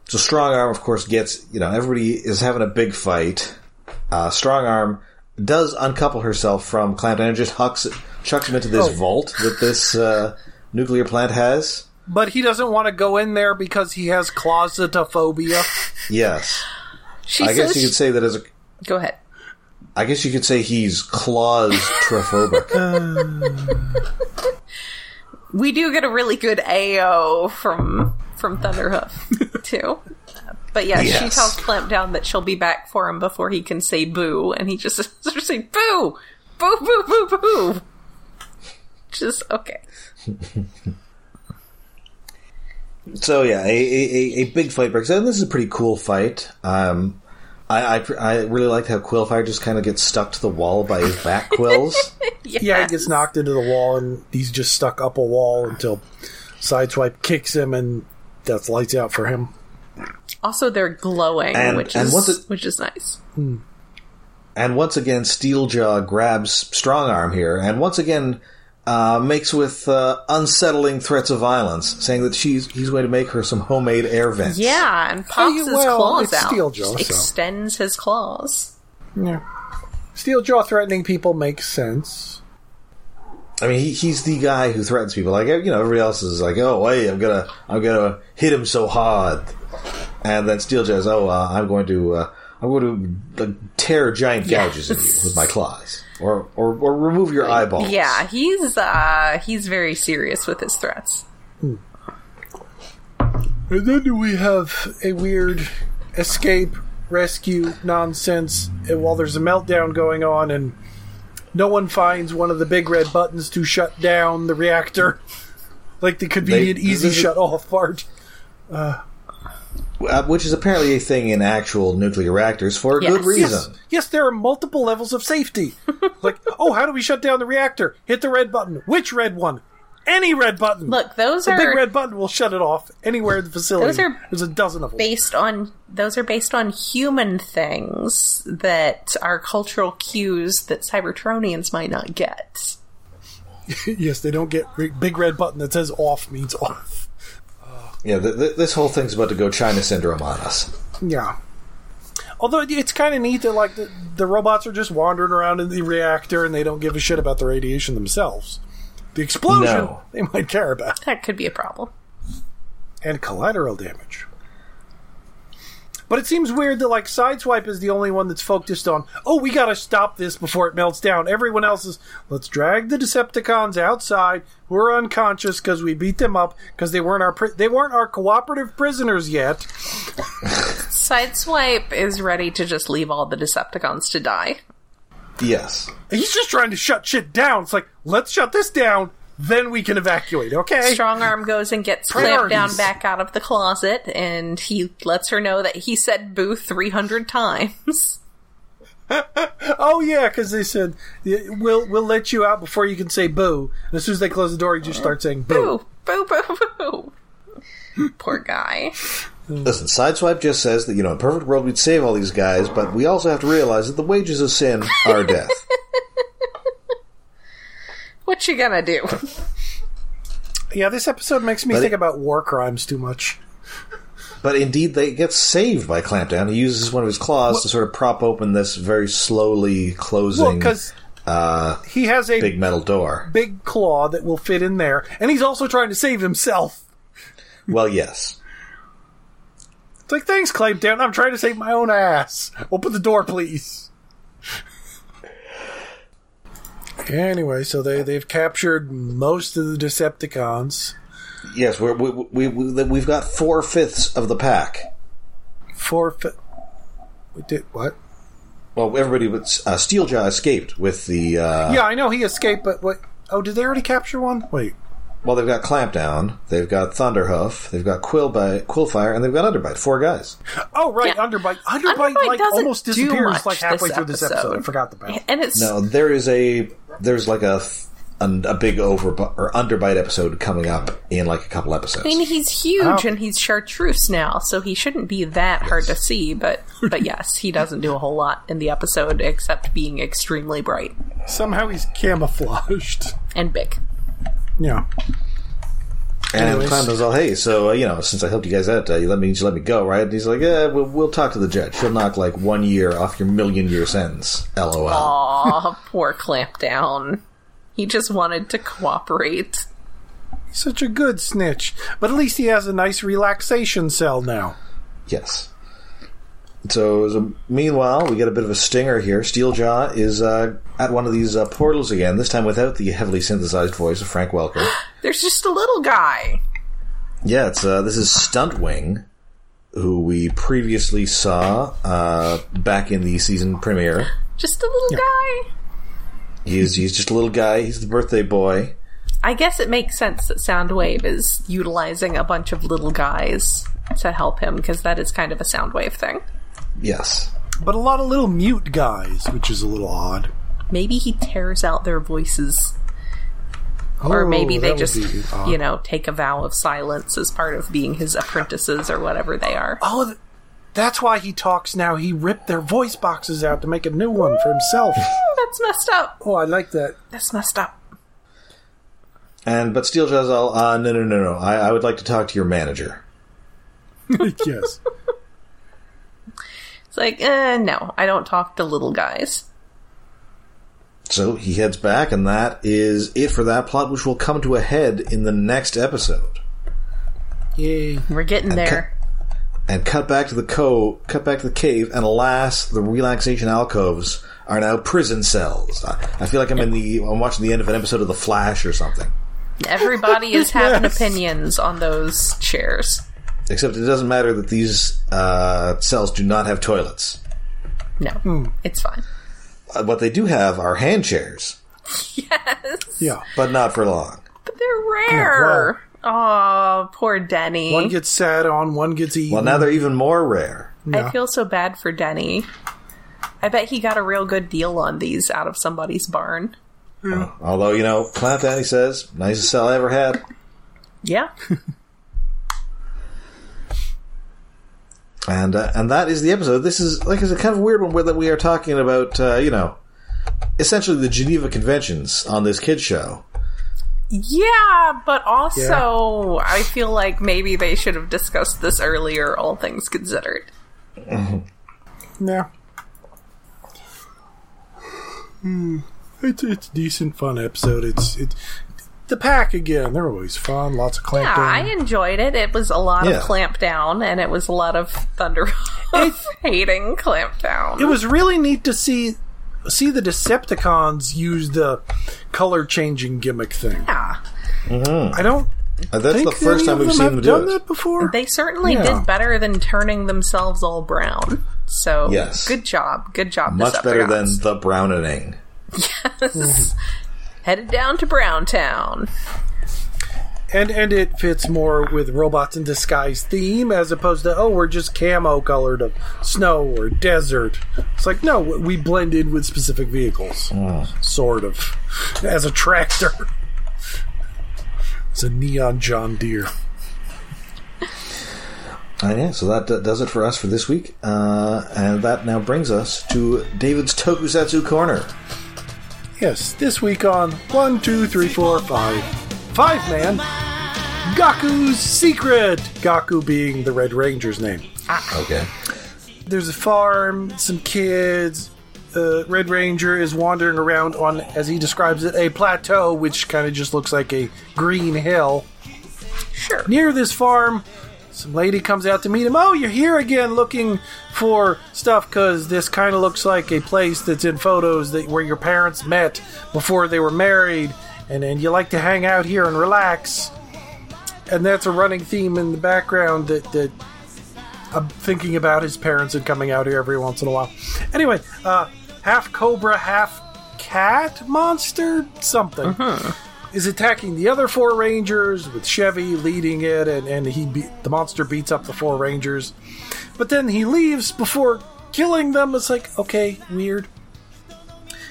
[SPEAKER 1] so strong arm, of course, gets you know everybody is having a big fight. Uh, strong arm does uncouple herself from Clampdown and just hucks chucks him into this vault that this uh, nuclear plant has.
[SPEAKER 3] but he doesn't want to go in there because he has closetophobia.
[SPEAKER 1] Yes.
[SPEAKER 2] She
[SPEAKER 1] I
[SPEAKER 2] says.
[SPEAKER 1] guess you could say that as a.
[SPEAKER 2] go ahead.
[SPEAKER 1] I guess you could say he's claustrophobic.
[SPEAKER 2] We do get a really good AO from from Thunderhoof too. But yeah, she
[SPEAKER 1] Yes.
[SPEAKER 2] tells Clamp down that she'll be back for him before he can say boo, and he just starts saying boo, boo, boo, boo, boo. Just okay.
[SPEAKER 1] so yeah, a, a, a, a big fight breaks out. and This is a pretty cool fight. Um, I, I I really liked how Quillfire just kind of gets stuck to the wall by his back quills.
[SPEAKER 3] Yeah, he gets knocked into the wall and he's just stuck up a wall until Sideswipe kicks him and that's lights out for him.
[SPEAKER 2] Also, they're glowing,
[SPEAKER 1] And-
[SPEAKER 2] which
[SPEAKER 1] and
[SPEAKER 2] is
[SPEAKER 1] once it-
[SPEAKER 2] which is nice.
[SPEAKER 1] And once again, Steeljaw grabs Strongarm here, and once again uh, makes with uh, unsettling threats of violence, saying that she's he's going to make her some homemade air vents.
[SPEAKER 2] Yeah, and pops
[SPEAKER 3] Oh, you-
[SPEAKER 2] his
[SPEAKER 3] well,
[SPEAKER 2] claws
[SPEAKER 3] it's
[SPEAKER 2] out,
[SPEAKER 3] Steel Jaw,
[SPEAKER 2] Just
[SPEAKER 3] so.
[SPEAKER 2] extends his claws.
[SPEAKER 3] Yeah. Steeljaw threatening people makes sense.
[SPEAKER 1] I mean, he, he's the guy who threatens people. Like you know, everybody else is like, "Oh, hey, I'm gonna, I'm gonna hit him so hard," and then Steel says, "Oh, uh, I'm going to, uh, I'm going to like, tear giant gouges in you with my claws, or, or, or remove your eyeballs."
[SPEAKER 2] Yeah, he's uh he's very serious with his threats.
[SPEAKER 3] And then we have a weird escape, rescue, nonsense, and while there's a meltdown going on and no one finds one of the big red buttons to shut down the reactor. Like the convenient easy
[SPEAKER 1] this is-
[SPEAKER 3] shut off part.
[SPEAKER 1] Uh, which is apparently a thing in actual nuclear reactors for a
[SPEAKER 2] Yes.
[SPEAKER 1] good reason.
[SPEAKER 3] Yes. Yes, there are multiple levels of safety. like, oh, how do we shut down the reactor? Hit the red button. Which red one? Any red button.
[SPEAKER 2] Look, those
[SPEAKER 3] the
[SPEAKER 2] are
[SPEAKER 3] big red button will shut it off anywhere in the facility.
[SPEAKER 2] Those are
[SPEAKER 3] There's a dozen of them.
[SPEAKER 2] based on those are based on human things that are cultural cues that Cybertronians might not get.
[SPEAKER 3] yes, they don't get re- big red button that says off means off.
[SPEAKER 1] Yeah, th- th- this whole thing's about to go China syndrome on us.
[SPEAKER 3] Yeah. Although it- it's kind of neat that like the, the robots are just wandering around in the reactor and they don't give a shit about the radiation themselves. The explosion
[SPEAKER 1] No.
[SPEAKER 3] they might care about
[SPEAKER 2] That could be a problem.
[SPEAKER 3] and collateral damage. But it seems weird that like Sideswipe is the only one that's focused on, oh, we gotta stop this before it melts down. Everyone else is, let's drag the Decepticons outside who are unconscious because we beat them up because they weren't our pri- they weren't our cooperative prisoners yet.
[SPEAKER 2] Sideswipe is ready to just leave all the Decepticons to die.
[SPEAKER 1] Yes.
[SPEAKER 3] He's just trying to shut shit down. It's like, let's shut this down, then we can evacuate, okay?
[SPEAKER 2] Strong arm goes and gets clamped down
[SPEAKER 3] Priorities.
[SPEAKER 2] back out of the closet, and he lets her know that he said boo 300 times.
[SPEAKER 3] Oh yeah, because they said "Yeah, we'll we'll let you out before you can say boo. And as soon as they close the door, you just start saying boo.
[SPEAKER 2] Boo, boo, boo, boo. Poor guy.
[SPEAKER 1] Listen, Sideswipe just says that, you know, in a perfect world we'd save all these guys, but we also have to realize that the wages of sin are death.
[SPEAKER 2] What you gonna do?
[SPEAKER 3] Yeah, this episode makes me
[SPEAKER 1] But
[SPEAKER 3] think
[SPEAKER 1] it-
[SPEAKER 3] about war crimes too much.
[SPEAKER 1] but indeed, they get saved by Clampdown. He uses one of his claws to sort of prop open this very slowly
[SPEAKER 3] Well,
[SPEAKER 1] closing
[SPEAKER 3] because
[SPEAKER 1] uh,
[SPEAKER 3] he has a
[SPEAKER 1] big
[SPEAKER 3] big,
[SPEAKER 1] metal door.
[SPEAKER 3] claw that will fit in there, and he's also trying to save himself.
[SPEAKER 1] Well, yes.
[SPEAKER 3] It's like, thanks, Clampdown. I'm trying to save my own ass. Open the door, please. anyway, so they they've captured most of the Decepticons.
[SPEAKER 1] Yes, we're, we, we, we, we've got four fifths of the pack.
[SPEAKER 3] Four. Fi- we did what?
[SPEAKER 1] Well, everybody but uh, Steeljaw escaped with the. Uh,
[SPEAKER 3] Yeah, I know he escaped, but what? Oh, did they already capture one? Wait.
[SPEAKER 1] Well, they've got Clampdown, they've got Thunderhoof, they've got Quillbite, Quillfire, and they've got Underbite. Four guys.
[SPEAKER 3] Oh,
[SPEAKER 2] Yeah.
[SPEAKER 3] right, Underbite. Underbite,
[SPEAKER 2] Underbite
[SPEAKER 3] like
[SPEAKER 2] doesn't
[SPEAKER 3] almost
[SPEAKER 2] do
[SPEAKER 3] disappears
[SPEAKER 2] much
[SPEAKER 3] like halfway
[SPEAKER 2] this
[SPEAKER 3] through this episode.
[SPEAKER 2] episode.
[SPEAKER 3] I forgot about. it.
[SPEAKER 2] And it's
[SPEAKER 1] No, there is a there's like a an, a big over or underbite episode coming up in like a couple episodes.
[SPEAKER 2] I mean, he's huge and he's chartreuse now, so he shouldn't be that hard to see. But but yes, he doesn't do a whole lot in the episode except being extremely bright
[SPEAKER 3] Somehow he's camouflaged.
[SPEAKER 2] and big.
[SPEAKER 3] Yeah.
[SPEAKER 1] and
[SPEAKER 3] anyways.
[SPEAKER 1] Clown goes all, "Hey, so uh, you know, since I helped you guys out, uh, you let me you let me go, right?" And he's like, "Yeah, we'll, we'll talk to the judge. She'll knock like one year off your million year sentence." LOL.
[SPEAKER 2] Aw, poor Clampdown. He just wanted to cooperate.
[SPEAKER 3] He's such a good snitch. But at least he has a nice relaxation cell now.
[SPEAKER 1] Yes. So, as a- meanwhile, we get a bit of a stinger here. Steeljaw is uh, at one of these uh, portals again, this time without the heavily synthesized voice of Frank Welker.
[SPEAKER 2] There's just a little guy.
[SPEAKER 1] Yeah, it's uh, this is Stuntwing, who we previously saw uh, back in the season premiere.
[SPEAKER 2] Just a little guy.
[SPEAKER 1] He's he's just a little guy. He's the birthday boy.
[SPEAKER 2] I guess it makes sense that Soundwave is utilizing a bunch of little guys to help him because that is kind of a Soundwave thing.
[SPEAKER 1] Yes.
[SPEAKER 3] But a lot of little mute guys, which is a little odd.
[SPEAKER 2] Maybe he tears out their voices, or
[SPEAKER 3] Oh,
[SPEAKER 2] maybe
[SPEAKER 3] that
[SPEAKER 2] they
[SPEAKER 3] would
[SPEAKER 2] just,
[SPEAKER 3] be odd.
[SPEAKER 2] you know, take a vow of silence as part of being his apprentices or whatever they are.
[SPEAKER 3] Oh, th- that's why he talks now. He ripped their voice boxes out to make a new one for himself.
[SPEAKER 2] That's messed up.
[SPEAKER 3] oh, I like that.
[SPEAKER 2] That's messed up.
[SPEAKER 1] And but Steeljaw's all uh, no no no no. I, I would like to talk to your manager.
[SPEAKER 3] yes.
[SPEAKER 2] It's like, eh, no, I don't talk to little guys.
[SPEAKER 1] So he heads back, and that is it for that plot, which will come to a head in the next episode.
[SPEAKER 3] Yay.
[SPEAKER 2] We're getting there.
[SPEAKER 1] And cut back to the cove, cut back to the cave, and alas, the relaxation alcoves are now prison cells. I, I feel like I'm in the I'm watching the end of an episode of The Flash or something.
[SPEAKER 2] Everybody is having
[SPEAKER 3] Yes.
[SPEAKER 2] opinions on those chairs.
[SPEAKER 1] Except it doesn't matter that these uh, cells do not have toilets.
[SPEAKER 2] No,
[SPEAKER 3] Hmm.
[SPEAKER 2] it's fine.
[SPEAKER 1] Uh, What they do have are hand chairs,
[SPEAKER 2] Yes,
[SPEAKER 3] Yeah.
[SPEAKER 1] but not for long.
[SPEAKER 2] but they're rare. Oh, poor Denny.
[SPEAKER 3] One gets sat on, one gets eaten.
[SPEAKER 1] Well, now they're even more rare.
[SPEAKER 2] I feel so bad for Denny. I bet he got a real good deal on these out of somebody's barn.
[SPEAKER 1] Although, you know, Clamp Daddy says, nicest cell I ever had.
[SPEAKER 2] Yeah.
[SPEAKER 1] And uh, and that is the episode. This is like it's a kind of weird one where that we are talking about uh, you know essentially the Geneva Conventions on this kid show.
[SPEAKER 2] yeah, but also I feel like maybe they should have discussed this earlier, all things considered.
[SPEAKER 3] Yeah. Hmm. It's it's decent fun episode. It's it the pack again. They're always fun. Lots of clamp
[SPEAKER 2] Yeah, I
[SPEAKER 3] down.
[SPEAKER 2] enjoyed it. It was a lot
[SPEAKER 1] Yeah.
[SPEAKER 2] of clamp down, and it was a lot of thunder hating clamp down.
[SPEAKER 3] It was really neat to see see the Decepticons use the color changing gimmick thing.
[SPEAKER 2] yeah,
[SPEAKER 3] I don't
[SPEAKER 1] Uh, that's
[SPEAKER 3] think
[SPEAKER 1] the first
[SPEAKER 3] any
[SPEAKER 1] time
[SPEAKER 3] of
[SPEAKER 1] we've
[SPEAKER 3] them
[SPEAKER 1] seen
[SPEAKER 3] have
[SPEAKER 1] them
[SPEAKER 3] done
[SPEAKER 1] do it.
[SPEAKER 3] that before.
[SPEAKER 2] they certainly
[SPEAKER 3] Yeah.
[SPEAKER 2] did better than turning themselves all brown. So
[SPEAKER 1] Yes.
[SPEAKER 2] good job, good job,
[SPEAKER 1] Much better than Mhm.
[SPEAKER 2] Decepticons.
[SPEAKER 1] the browning.
[SPEAKER 2] headed down to Brown Town.
[SPEAKER 3] And and it fits more with robots in disguise theme as opposed to oh we're just camo colored of snow or desert. It's like no, w- we blend in with specific vehicles,
[SPEAKER 1] Mm.
[SPEAKER 3] sort of, as a tractor. It's a neon John Deere.
[SPEAKER 1] Uh, yeah, so that uh, does it for us for this week, uh, and that now brings us to David's Tokusatsu corner.
[SPEAKER 3] Yes, this week on one, two, three, four, five, five man, Gaku's secret. Gaku being the Red Ranger's name.
[SPEAKER 1] Okay,
[SPEAKER 3] there's a farm, some kids. Uh, Red Ranger is wandering around on, as he describes it, a plateau, which kind of just looks like a green hill.
[SPEAKER 2] Sure.
[SPEAKER 3] Near this farm, some lady comes out to meet him. Oh, you're here again, looking for stuff, because this kind of looks like a place that's in photos that where your parents met before they were married, and and you like to hang out here and relax. And that's a running theme in the background that that I'm thinking about his parents and coming out here every once in a while. Anyway, uh, half cobra, half cat monster, something is attacking the other four rangers with Chevy leading it, and and he be- the monster beats up the four rangers, but then he leaves before killing them. It's like okay, weird.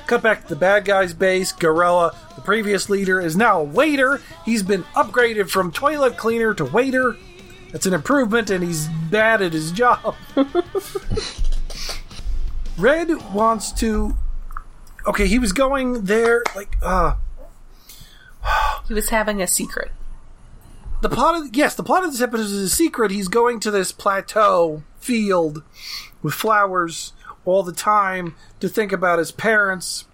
[SPEAKER 3] Cut back to the bad guy's base. Gorilla, the previous leader, is now a waiter. He's been upgraded from toilet cleaner to waiter. It's an improvement, and he's bad at his job. Red wants to. Okay, he was going there like uh
[SPEAKER 2] He was having a secret.
[SPEAKER 3] the plot of yes, the plot of this episode is a secret. He's going to this plateau field with flowers all the time to think about his parents.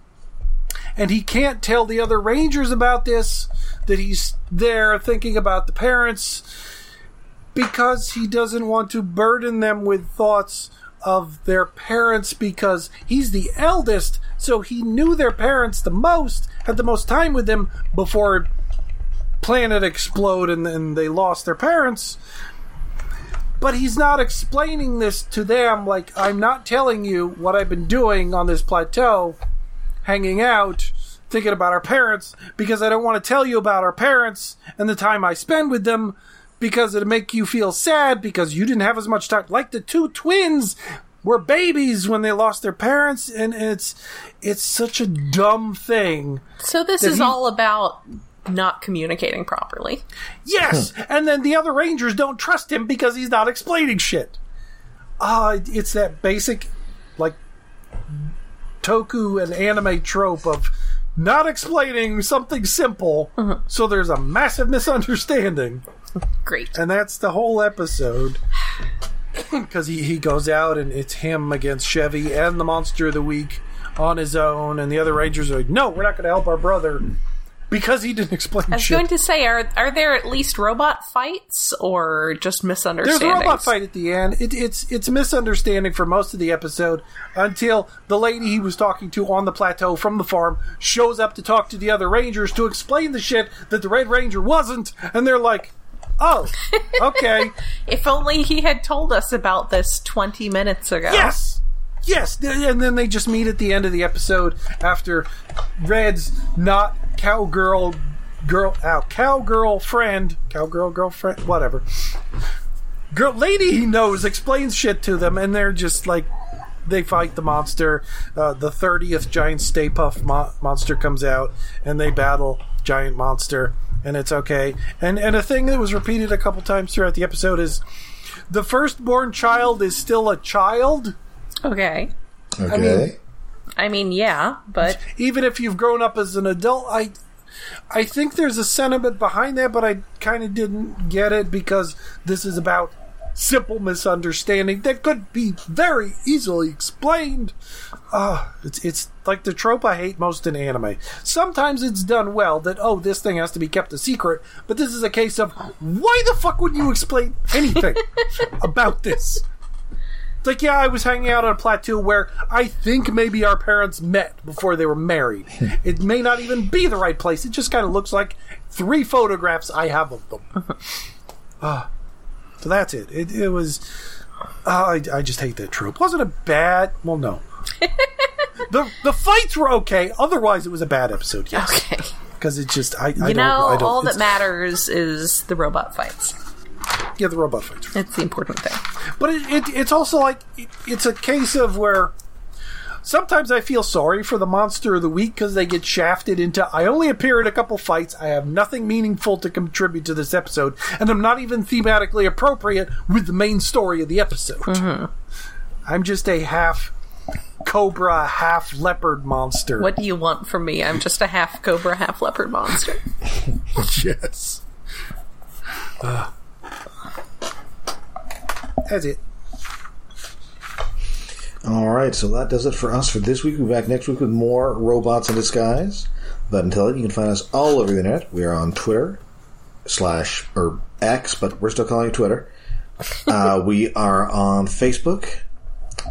[SPEAKER 3] and he can't tell the other Rangers about this that he's there thinking about the parents because he doesn't want to burden them with thoughts of their parents because he's the eldest, so he knew their parents the most, had the most time with them before planet explode and, and they lost their parents. But he's not explaining this to them. Like, I'm not telling you what I've been doing on this plateau, hanging out, thinking about our parents, because I don't want to tell you about our parents and the time I spend with them, because it'd make you feel sad because you didn't have as much time. Like the two twins were babies when they lost their parents, and it's it's such a dumb thing.
[SPEAKER 2] So this is
[SPEAKER 3] he-
[SPEAKER 2] all about not communicating properly.
[SPEAKER 3] Yes, and then the other Rangers don't trust him because he's not explaining shit. Ah, it- it's that basic, like, toku and anime trope of not explaining something simple,
[SPEAKER 2] Uh-huh.
[SPEAKER 3] so there's a massive misunderstanding,
[SPEAKER 2] Great.
[SPEAKER 3] and that's the whole episode. Because he, he goes out and it's him against Chevy and the Monster of the Week on his own, and the other Rangers are like, no, we're not going to help our brother because he didn't explain
[SPEAKER 2] I was
[SPEAKER 3] shit.
[SPEAKER 2] going to say, are are there at least robot fights or just misunderstandings?
[SPEAKER 3] There's a robot fight at the end. It, it's it's misunderstanding for most of the episode until the lady he was talking to on the plateau from the farm shows up to talk to the other rangers to explain the shit that the Red Ranger wasn't, and they're like, "Oh, okay,
[SPEAKER 2] If only he had told us about this 20 minutes ago.
[SPEAKER 3] yes." Yes, th- and then they just meet at the end of the episode after Red's not cowgirl girl out cowgirl friend cowgirl girlfriend whatever girl lady he knows explains shit to them and they're just like they fight the monster uh, the 30th giant stay puff mo- monster comes out and they battle giant monster and it's okay and and a thing that was repeated a couple times throughout the episode is the firstborn child is still a child
[SPEAKER 2] Okay.
[SPEAKER 1] Okay.
[SPEAKER 2] I mean, yeah, but
[SPEAKER 3] even if you've grown up as an adult i i think there's a sentiment behind that but i kind of didn't get it because this is about simple misunderstanding that could be very easily explained uh, it's it's like the trope i hate most in anime sometimes it's done well that oh this thing has to be kept a secret but this is a case of why the fuck would you explain anything about this it's like, yeah, I was hanging out on a plateau where I think maybe our parents met before they were married. it may not even be the right place. It just kind of looks like three photographs I have of them. Ah, so that's it. It, it was. ah, I, I just hate that trope. Wasn't a bad. Well, no. the the fights were okay. Otherwise, it was a bad episode. Yes,
[SPEAKER 2] okay.
[SPEAKER 3] because it just I, I
[SPEAKER 2] You
[SPEAKER 3] don't
[SPEAKER 2] know,
[SPEAKER 3] I don't,
[SPEAKER 2] all that
[SPEAKER 3] it's-
[SPEAKER 2] matters is the robot fights.
[SPEAKER 3] Yeah, the robot fights.
[SPEAKER 2] That's the important thing.
[SPEAKER 3] But it, it, it's also like it, it's a case of where sometimes I feel sorry for the monster of the week because they get shafted into I only appear in a couple fights. I have nothing meaningful to contribute to this episode, and I'm not even thematically appropriate with the main story of the episode. I'm just a half cobra, half leopard monster.
[SPEAKER 2] What do you want from me? I'm just a half cobra, half leopard monster.
[SPEAKER 3] Yes. that's it.
[SPEAKER 1] All right, so that does it for us for this week. We'll be back next week with more Robots in Disguise. But until then, you can find us all over the internet. We are on Twitter, slash, or X, but we're still calling it Twitter. Uh, we are on Facebook.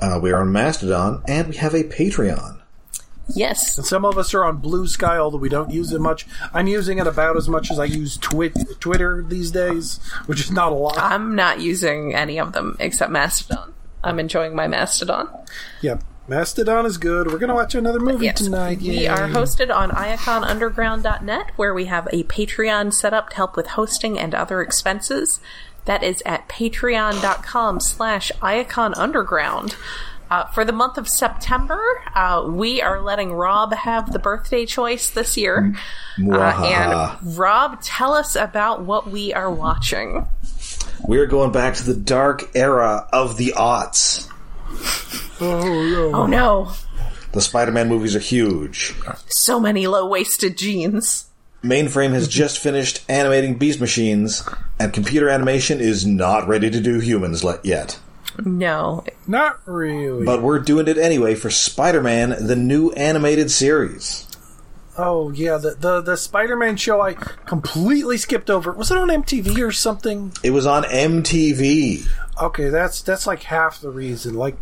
[SPEAKER 1] Uh, we are on Mastodon. And we have a Patreon.
[SPEAKER 2] Yes.
[SPEAKER 3] Some of us are on Blue Sky, although we don't use it much. I'm using it about as much as I use twi- Twitter these days, which is not a lot.
[SPEAKER 2] I'm not using any of them except Mastodon. I'm enjoying my Mastodon.
[SPEAKER 3] Yeah, Mastodon is good. We're gonna watch another movie
[SPEAKER 2] Yes.
[SPEAKER 3] tonight.
[SPEAKER 2] We
[SPEAKER 3] Yay.
[SPEAKER 2] are hosted on iaconunderground.net, where we have a Patreon set up to help with hosting and other expenses. That is at patreon.com slash iaconunderground. Uh, for the month of September, uh, we are letting Rob have the birthday choice this year. Uh,
[SPEAKER 1] Mwahaha.
[SPEAKER 2] and Rob, tell us about what we are watching.
[SPEAKER 1] We are going back to the dark era of the aughts.
[SPEAKER 2] Oh no,
[SPEAKER 1] The Spider Man movies are huge.
[SPEAKER 2] so many low waisted jeans.
[SPEAKER 1] Mainframe has just finished animating Beast Machines, and computer animation is not ready to do humans le- yet.
[SPEAKER 2] No,
[SPEAKER 3] not really.
[SPEAKER 1] But we're doing it anyway for Spider Man, the new animated series.
[SPEAKER 3] Oh yeah, the the, the Spider Man show I completely skipped over. Was it on MTV or something?
[SPEAKER 1] It was on MTV.
[SPEAKER 3] Okay, that's that's like half the reason. Like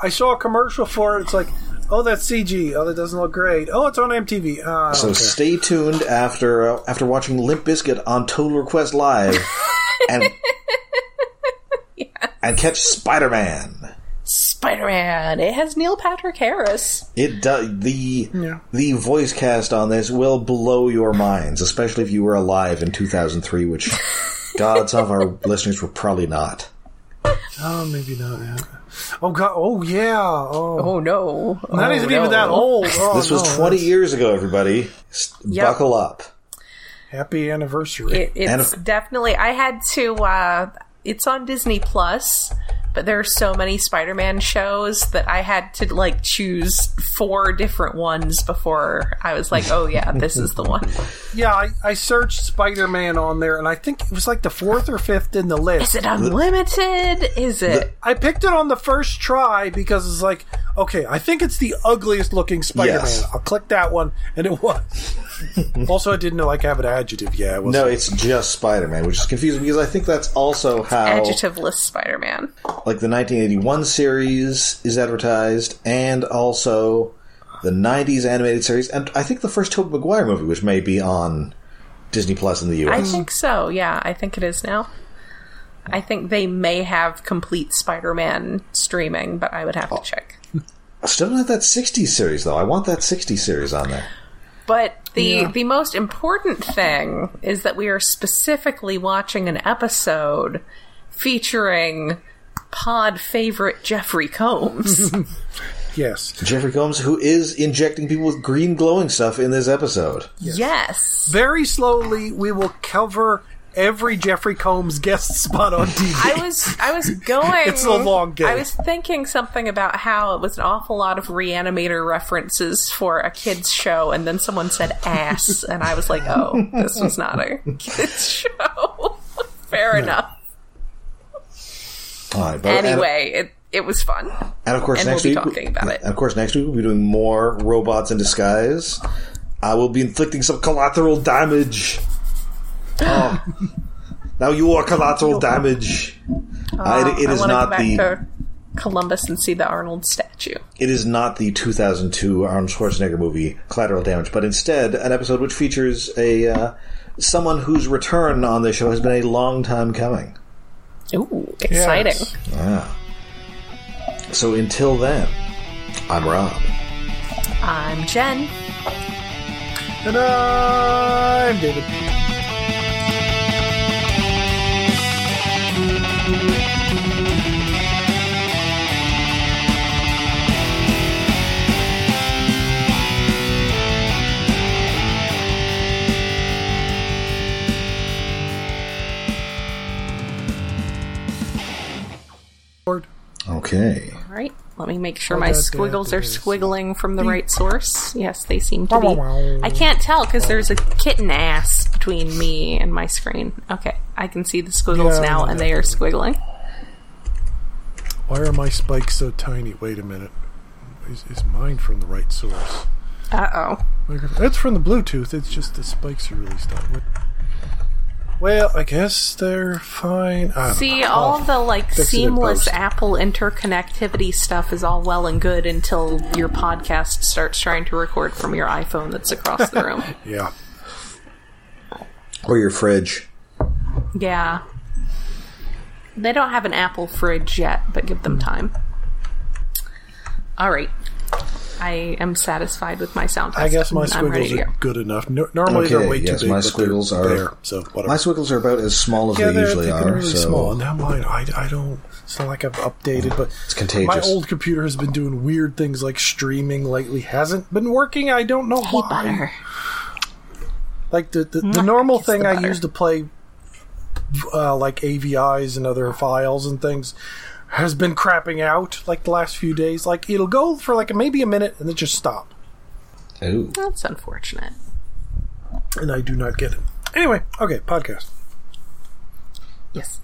[SPEAKER 3] I saw a commercial for it. It's like, oh, that's CG. Oh, that doesn't look great. Oh, it's on MTV. Ah, I don't
[SPEAKER 1] So
[SPEAKER 3] care.
[SPEAKER 1] stay tuned after uh, after watching Limp Bizkit on Total Request Live, and and catch Spider Man.
[SPEAKER 2] Spider Man. It has Neil Patrick Harris.
[SPEAKER 1] It does the
[SPEAKER 3] Yeah.
[SPEAKER 1] the voice cast on this will blow your minds, especially if you were alive in 2003, which God, some of our listeners were probably not.
[SPEAKER 3] oh, maybe not. yeah. Oh god. Oh yeah. Oh,
[SPEAKER 2] Oh no!
[SPEAKER 3] that
[SPEAKER 2] Oh,
[SPEAKER 3] isn't
[SPEAKER 2] no.
[SPEAKER 3] even that old. Oh,
[SPEAKER 1] This was
[SPEAKER 3] no,
[SPEAKER 1] 20
[SPEAKER 3] that's-
[SPEAKER 1] years ago, everybody. S-
[SPEAKER 2] Yep.
[SPEAKER 1] Buckle up.
[SPEAKER 3] Happy anniversary.
[SPEAKER 2] It, it's
[SPEAKER 1] And-
[SPEAKER 2] definitely. I had to. Uh, it's on Disney Plus, but there are so many Spider-Man shows that I had to like choose four different ones before I was like, "Oh yeah, this is the one."
[SPEAKER 3] yeah, I, I searched Spider Man on there, and I think it was like the fourth or fifth in the list.
[SPEAKER 2] Is it unlimited? Is it?
[SPEAKER 3] I picked it on the first try because it's like, okay, I think it's the ugliest looking Spider Man.
[SPEAKER 1] Yes.
[SPEAKER 3] I'll click that one, and it was. also, I didn't like have an adjective. Yeah, it was.
[SPEAKER 1] No, it's just Spider Man, which is confusing because I think that's also how
[SPEAKER 2] Adjectiveless Spider-Man.
[SPEAKER 1] like the 1981 series is advertised, and also the 90s animated series, and I think the first Tobey Maguire movie, which may be on Disney Plus in the
[SPEAKER 2] I
[SPEAKER 1] U.S.
[SPEAKER 2] think so. Yeah, I think it is now. I think they may have complete Spider-Man streaming, but I would have to check.
[SPEAKER 1] I still don't have that 60s series though. I want that 60s series on there.
[SPEAKER 2] But the the most important thing is that we are specifically watching an episode featuring pod favorite Jeffrey Combs.
[SPEAKER 3] Yes.
[SPEAKER 1] Jeffrey Combs, who is injecting people with green glowing stuff in this episode.
[SPEAKER 2] yes.
[SPEAKER 3] Very slowly, we will cover every Jeffrey Combs guest spot on TV.
[SPEAKER 2] I was I was going
[SPEAKER 3] It's a long game.
[SPEAKER 2] I was thinking something about how it was an awful lot of reanimator references for a kids show and then someone said ass and I was like, "Oh, this was not a kids show." Fair enough.
[SPEAKER 1] All right, but and-
[SPEAKER 2] Anyway, it it was fun.
[SPEAKER 1] And of course,
[SPEAKER 2] And
[SPEAKER 1] next
[SPEAKER 2] we'll be
[SPEAKER 1] week,
[SPEAKER 2] talking about it.
[SPEAKER 1] And of course, next week we'll be doing more robots in disguise. I will be inflicting some collateral damage. Oh, now you are collateral damage. I, it
[SPEAKER 2] Ah, I
[SPEAKER 1] is
[SPEAKER 2] wanna go
[SPEAKER 1] not
[SPEAKER 2] back
[SPEAKER 1] the
[SPEAKER 2] to Columbus and see the Arnold statue.
[SPEAKER 1] it is not the 2002 Arnold Schwarzenegger movie Collateral Damage, but instead an episode which features a uh, someone whose return on this show has been a long time coming.
[SPEAKER 2] Ooh, exciting!
[SPEAKER 3] Yes.
[SPEAKER 1] Yeah. So until then, I'm Rob.
[SPEAKER 2] I'm Jen.
[SPEAKER 3] and I'm David. Lord.
[SPEAKER 1] Okay.
[SPEAKER 2] All right, let me make sure
[SPEAKER 3] Oh,
[SPEAKER 2] my
[SPEAKER 3] God,
[SPEAKER 2] squiggles
[SPEAKER 3] there
[SPEAKER 2] are
[SPEAKER 3] it is.
[SPEAKER 2] squiggling from the right source. Yes, they seem to
[SPEAKER 3] Wow, wow,
[SPEAKER 2] be.
[SPEAKER 3] wow.
[SPEAKER 2] I can't tell because there's a kitten ass between me and my screen. Okay, I can see the squiggles
[SPEAKER 3] Yeah,
[SPEAKER 2] now,
[SPEAKER 3] yeah,
[SPEAKER 2] and they are squiggling.
[SPEAKER 3] Why are my spikes so tiny? Wait a minute. Is, is mine from the right source?
[SPEAKER 2] Uh oh.
[SPEAKER 3] Microphone. It's from the Bluetooth. It's just the spikes are really stuck. What- Well, I guess they're fine. I don't
[SPEAKER 2] See,
[SPEAKER 3] know.
[SPEAKER 2] all the like
[SPEAKER 3] fix it in
[SPEAKER 2] seamless
[SPEAKER 3] post.
[SPEAKER 2] Apple interconnectivity stuff is all well and good until your podcast starts trying to record from your iPhone that's across the room.
[SPEAKER 3] Oh, Yeah.
[SPEAKER 1] Or your fridge.
[SPEAKER 2] Yeah. They don't have an Apple fridge yet, but give them time. All right. I am satisfied with my sound.
[SPEAKER 3] I guess my
[SPEAKER 2] test. I'm ready
[SPEAKER 3] squiggles
[SPEAKER 2] to
[SPEAKER 3] are
[SPEAKER 2] go.
[SPEAKER 3] good enough. No, normally they're
[SPEAKER 1] Okay,
[SPEAKER 3] way too
[SPEAKER 1] yes,
[SPEAKER 3] big.
[SPEAKER 1] my
[SPEAKER 3] but they're
[SPEAKER 1] squiggles are-
[SPEAKER 3] there. So whatever.
[SPEAKER 1] My squiggles are about as small as
[SPEAKER 3] yeah,
[SPEAKER 1] they
[SPEAKER 3] they're,
[SPEAKER 1] usually
[SPEAKER 3] they're
[SPEAKER 1] are.
[SPEAKER 3] really
[SPEAKER 1] so
[SPEAKER 3] small. And now mine, I, I don't. It's not like I've updated, but
[SPEAKER 1] It's contagious.
[SPEAKER 3] My old computer has been doing weird things like streaming lately. Hasn't been working. I don't know
[SPEAKER 2] Hey,
[SPEAKER 3] why.
[SPEAKER 2] butter.
[SPEAKER 3] Like the the, the normal
[SPEAKER 2] kiss the
[SPEAKER 3] thing I
[SPEAKER 2] butter.
[SPEAKER 3] use to play, uh, like AVIs and other files and things, has been crapping out like the last few days. Like it'll go for like maybe a minute and then just stop,
[SPEAKER 1] Ooh.
[SPEAKER 2] That's unfortunate.
[SPEAKER 3] and I do not get it. Anyway, okay, podcast.
[SPEAKER 2] Yes.